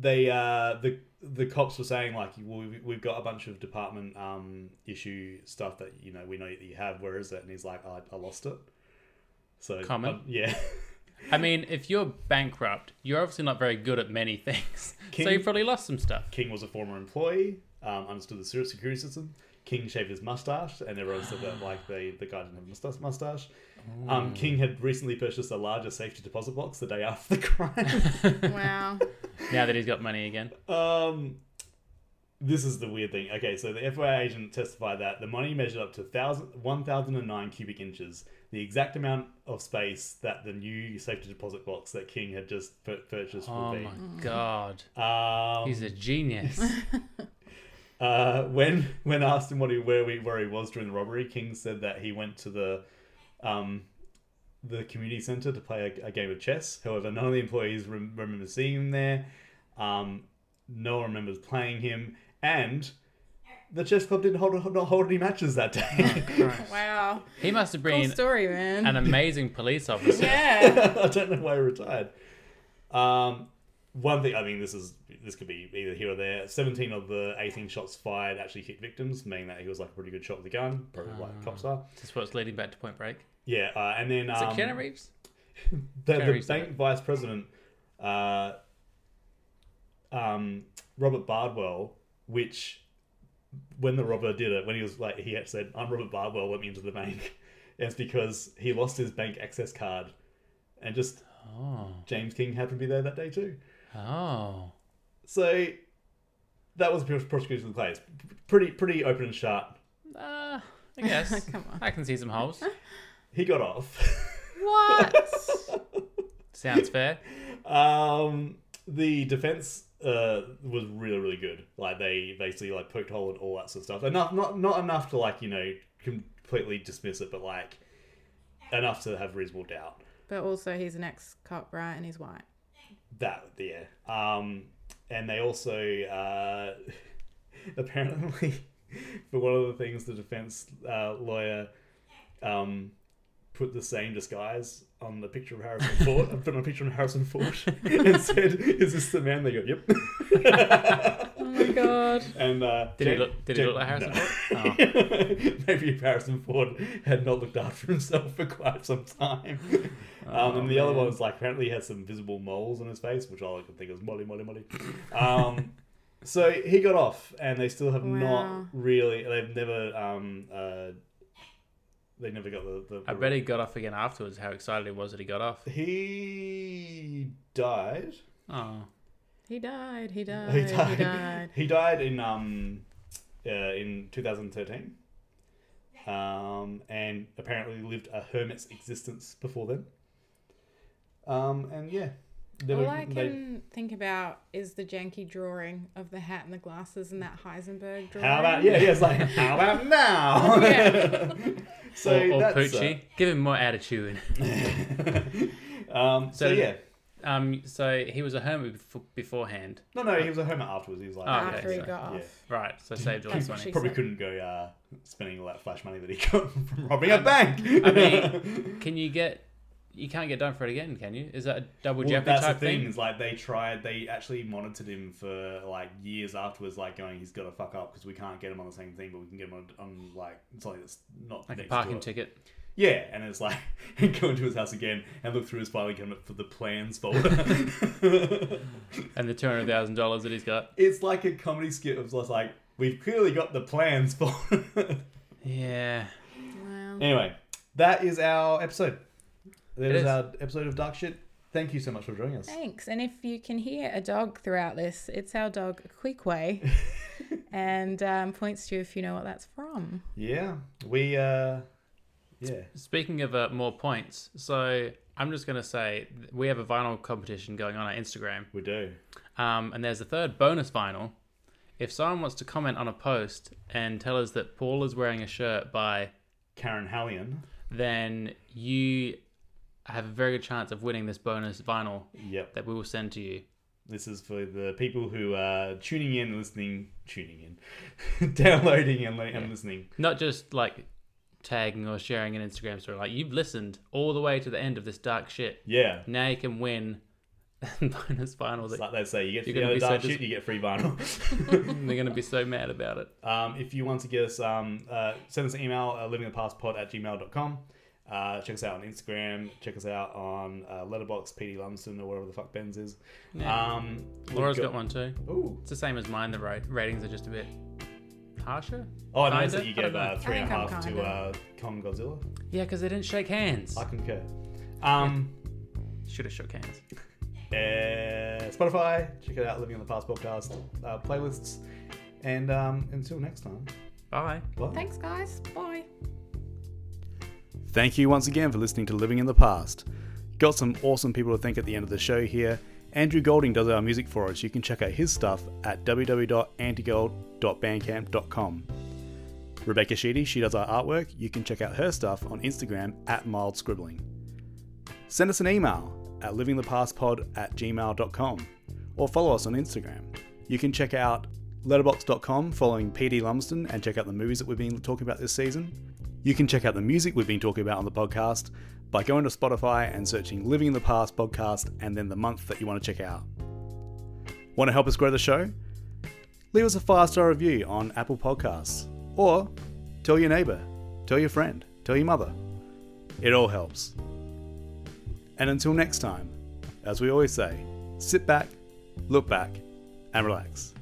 [SPEAKER 1] they uh, the the cops were saying like, well, we've, we've got a bunch of department um, issue stuff that you know we know that you have. Where is it? And he's like, I, I lost it. So
[SPEAKER 2] Common.
[SPEAKER 1] um, yeah.
[SPEAKER 2] I mean, if you're bankrupt, you're obviously not very good at many things. so
[SPEAKER 1] Can-
[SPEAKER 2] you probably lost some stuff.
[SPEAKER 1] King was a former employee, um, understood the se- security system. King shaved his mustache, and everyone said that like the the guy didn't have a mustache. mustache. Um, King had recently purchased a larger safety deposit box the day after the crime.
[SPEAKER 3] Wow.
[SPEAKER 2] Now that he's got money again.
[SPEAKER 1] um, this is the weird thing. Okay, so the FYI agent testified that the money measured up to 1,000 1,009 cubic inches, the exact amount of space that the new safety deposit box that King had just pur- purchased
[SPEAKER 2] Oh
[SPEAKER 1] would be.
[SPEAKER 2] my god.
[SPEAKER 1] Um,
[SPEAKER 2] He's a genius.
[SPEAKER 1] Uh, when when asked him what he where we where he was during the robbery, King said that he went to the um, the community center to play a, a game of chess. However, none of the employees rem- remember seeing him there. Um, no one remembers playing him, and the chess club didn't hold not hold any matches that day.
[SPEAKER 3] Wow.
[SPEAKER 2] He must have
[SPEAKER 3] Cool
[SPEAKER 2] been
[SPEAKER 3] story, man.
[SPEAKER 2] an amazing police officer.
[SPEAKER 3] yeah.
[SPEAKER 1] I don't know why he retired. Um, one thing, I mean, this is this could be either here or there. Seventeen of the eighteen shots fired actually hit victims, meaning that he was like a pretty good shot with the gun, probably like cops are.
[SPEAKER 2] That's what's leading back to Point Break.
[SPEAKER 1] Yeah, uh, and then
[SPEAKER 2] Is
[SPEAKER 1] um,
[SPEAKER 2] it Keanu Reeves?
[SPEAKER 1] the,
[SPEAKER 2] Keanu
[SPEAKER 1] the
[SPEAKER 2] Reeves did
[SPEAKER 1] bank vice president, uh, um, Robert Bardwell, which when the robber did it, when he was like, he had said, "I'm Robert Bardwell," let me into the bank. It's because he lost his bank access card, and just
[SPEAKER 2] Oh.
[SPEAKER 1] James King happened to be there that day too.
[SPEAKER 2] Oh.
[SPEAKER 1] So that was the prosecution's place. Pretty, pretty open and shut.
[SPEAKER 2] Uh, I guess.
[SPEAKER 3] Come on.
[SPEAKER 2] I can see some holes.
[SPEAKER 1] He got off.
[SPEAKER 3] What?
[SPEAKER 2] Sounds fair.
[SPEAKER 1] Um, the defense uh, was really, really good. Like they basically like poked hole and all that sort of stuff. Enough, not not enough to like you know completely dismiss it, but like enough to have reasonable doubt.
[SPEAKER 3] but also, he's an ex cop, right? And he's white.
[SPEAKER 1] That yeah. Um, and they also uh, apparently for one of the things the defense uh, lawyer um, put the same disguise on the picture of Harrison Ford. put on a picture of Harrison Ford and said, "Is this the man?" They go, "Yep."
[SPEAKER 3] Oh my god.
[SPEAKER 1] And uh,
[SPEAKER 2] Did he
[SPEAKER 1] Jane-
[SPEAKER 2] look- did he
[SPEAKER 1] Jane-
[SPEAKER 2] look like Harrison Oh.
[SPEAKER 1] no. Maybe if Harrison Ford had not looked after himself for quite some time.
[SPEAKER 2] Oh,
[SPEAKER 1] Um, and the other one was like apparently he had some visible moles on his face, which all I could think of was molly, molly, molly. Um, so he got off, and they still have
[SPEAKER 3] Wow.
[SPEAKER 1] not really. They've never. Um, uh, they never got the. the
[SPEAKER 2] I bet he got off again afterwards. How excited he was that he got off.
[SPEAKER 1] He died.
[SPEAKER 2] Oh.
[SPEAKER 3] He died. Oh, He died.
[SPEAKER 1] he died.
[SPEAKER 3] He died.
[SPEAKER 1] He died in um, uh, in 2013. Um, and apparently lived a hermit's existence before then. Um, and yeah, they
[SPEAKER 3] All
[SPEAKER 1] were-
[SPEAKER 3] I
[SPEAKER 1] they-
[SPEAKER 3] can think about is the janky drawing of the hat and the glasses and that Heisenberg drawing.
[SPEAKER 1] how about yeah, yeah, it's like how about now?
[SPEAKER 3] Yeah.
[SPEAKER 1] so
[SPEAKER 2] or or
[SPEAKER 1] that's, uh,
[SPEAKER 2] Poochie. Give him more attitude.
[SPEAKER 1] um, so,
[SPEAKER 2] So-
[SPEAKER 1] yeah,
[SPEAKER 2] Um, so he was a hermit befo- beforehand,
[SPEAKER 1] no, no, he was a hermit afterwards. He was like,
[SPEAKER 2] Oh, okay,
[SPEAKER 3] After he
[SPEAKER 2] so-
[SPEAKER 3] got
[SPEAKER 1] yeah.
[SPEAKER 3] off.
[SPEAKER 2] right? So saved all
[SPEAKER 3] That's
[SPEAKER 2] his
[SPEAKER 3] what
[SPEAKER 2] money.
[SPEAKER 3] she-
[SPEAKER 1] probably
[SPEAKER 3] said.
[SPEAKER 1] couldn't go uh, spending all that flash money that he got from robbing a bank.
[SPEAKER 2] I mean, can you get? You can't get done for it again, can you? Is that a double
[SPEAKER 1] Well,
[SPEAKER 2] jeopardy
[SPEAKER 1] that's the
[SPEAKER 2] type
[SPEAKER 1] thing.
[SPEAKER 2] thing?
[SPEAKER 1] Is like they tried. They actually monitored him for like years afterwards. Like going, he's got to fuck up because we can't get him on the same thing, but we can get him on, on like something that's not
[SPEAKER 2] Like a
[SPEAKER 1] next to
[SPEAKER 2] parking
[SPEAKER 1] it.
[SPEAKER 2] ticket.
[SPEAKER 1] Yeah, and it's like he'd go into his house again and look through his filing cabinet for the plans folder.
[SPEAKER 2] and the two hundred thousand dollars that he's got.
[SPEAKER 1] it's like a comedy skit of just like we've clearly got the plans folder.
[SPEAKER 2] Yeah.
[SPEAKER 3] Wow.
[SPEAKER 1] anyway, that is our episode. That
[SPEAKER 2] It
[SPEAKER 1] is,
[SPEAKER 2] is.
[SPEAKER 1] our episode of Dark Shit. Thank you so much for joining us.
[SPEAKER 3] Thanks. And if you can hear a dog throughout this, it's our dog Queequeg, and um, points to you if you know what that's from.
[SPEAKER 1] Yeah, we. uh Yeah,
[SPEAKER 2] Speaking of uh, more points, so I'm just going to say th- we have a vinyl competition going on on Instagram.
[SPEAKER 1] we do.
[SPEAKER 2] Um, and there's a third bonus vinyl. If someone wants to comment on a post and tell us that Paul is wearing a shirt by,
[SPEAKER 1] Karen Hallian.
[SPEAKER 2] then you have a very good chance of winning this bonus vinyl
[SPEAKER 1] Yep.
[SPEAKER 2] that we will send to you.
[SPEAKER 1] This is for the people who are tuning in, listening, tuning in, downloading and, li- and listening.
[SPEAKER 2] Not just like tagging or sharing an Instagram story. Like you've listened all the way to the end of this dark shit.
[SPEAKER 1] Yeah.
[SPEAKER 2] Now you can win bonus vinyl.
[SPEAKER 1] It's
[SPEAKER 2] That
[SPEAKER 1] like they say, you get to the other
[SPEAKER 2] You're gonna be so
[SPEAKER 1] dark
[SPEAKER 2] dis-
[SPEAKER 1] shit, you get free vinyl.
[SPEAKER 2] they're going to be so mad about it.
[SPEAKER 1] um, if you want to get us, um, uh, send us an email, uh, livingthepastpod at gmail.com. Uh, check us out on Instagram. Check us out on uh, Letterbox, PD Lumsden, or whatever the fuck Ben's is. Um, we've
[SPEAKER 2] Laura's got one too.
[SPEAKER 1] Ooh.
[SPEAKER 2] It's the same as mine. The ra- ratings are just a bit harsher.
[SPEAKER 1] Oh, I noticed
[SPEAKER 2] Kinda?
[SPEAKER 1] that you
[SPEAKER 2] I don't
[SPEAKER 1] gave uh,
[SPEAKER 2] know.
[SPEAKER 1] three and a
[SPEAKER 3] I think
[SPEAKER 1] half
[SPEAKER 3] I'm
[SPEAKER 1] to
[SPEAKER 3] kinda.
[SPEAKER 1] uh, Kong Godzilla.
[SPEAKER 2] Yeah, because they didn't shake hands.
[SPEAKER 1] I concur. Um,
[SPEAKER 2] Should have shook hands.
[SPEAKER 1] uh, Spotify. Check it out, Living on the Past podcast uh, playlists. And um, until next time.
[SPEAKER 2] Bye.
[SPEAKER 1] Bye.
[SPEAKER 3] Thanks, guys. Bye.
[SPEAKER 1] Thank you once again for listening to Living in the Past. Got some awesome people to thank at the end of the show here. Andrew Golding does our music for us. You can check out his stuff at www.antigold.bandcamp.com. Rebecca Sheedy, she does our artwork. You can check out her stuff on Instagram at mild scribbling. Send us an email at livingthepastpod at gmail.com or follow us on Instagram. You can check out letterbox.com following PD Lumsden and check out the movies that we've been talking about this season. You can check out the music we've been talking about on the podcast by going to Spotify and searching Living in the Past podcast and then the month that you want to check out. Want to help us grow the show? Leave us a five star review on Apple Podcasts or tell your neighbor, tell your friend, tell your mother. It all helps. And until next time, as we always say, sit back, look back, and relax.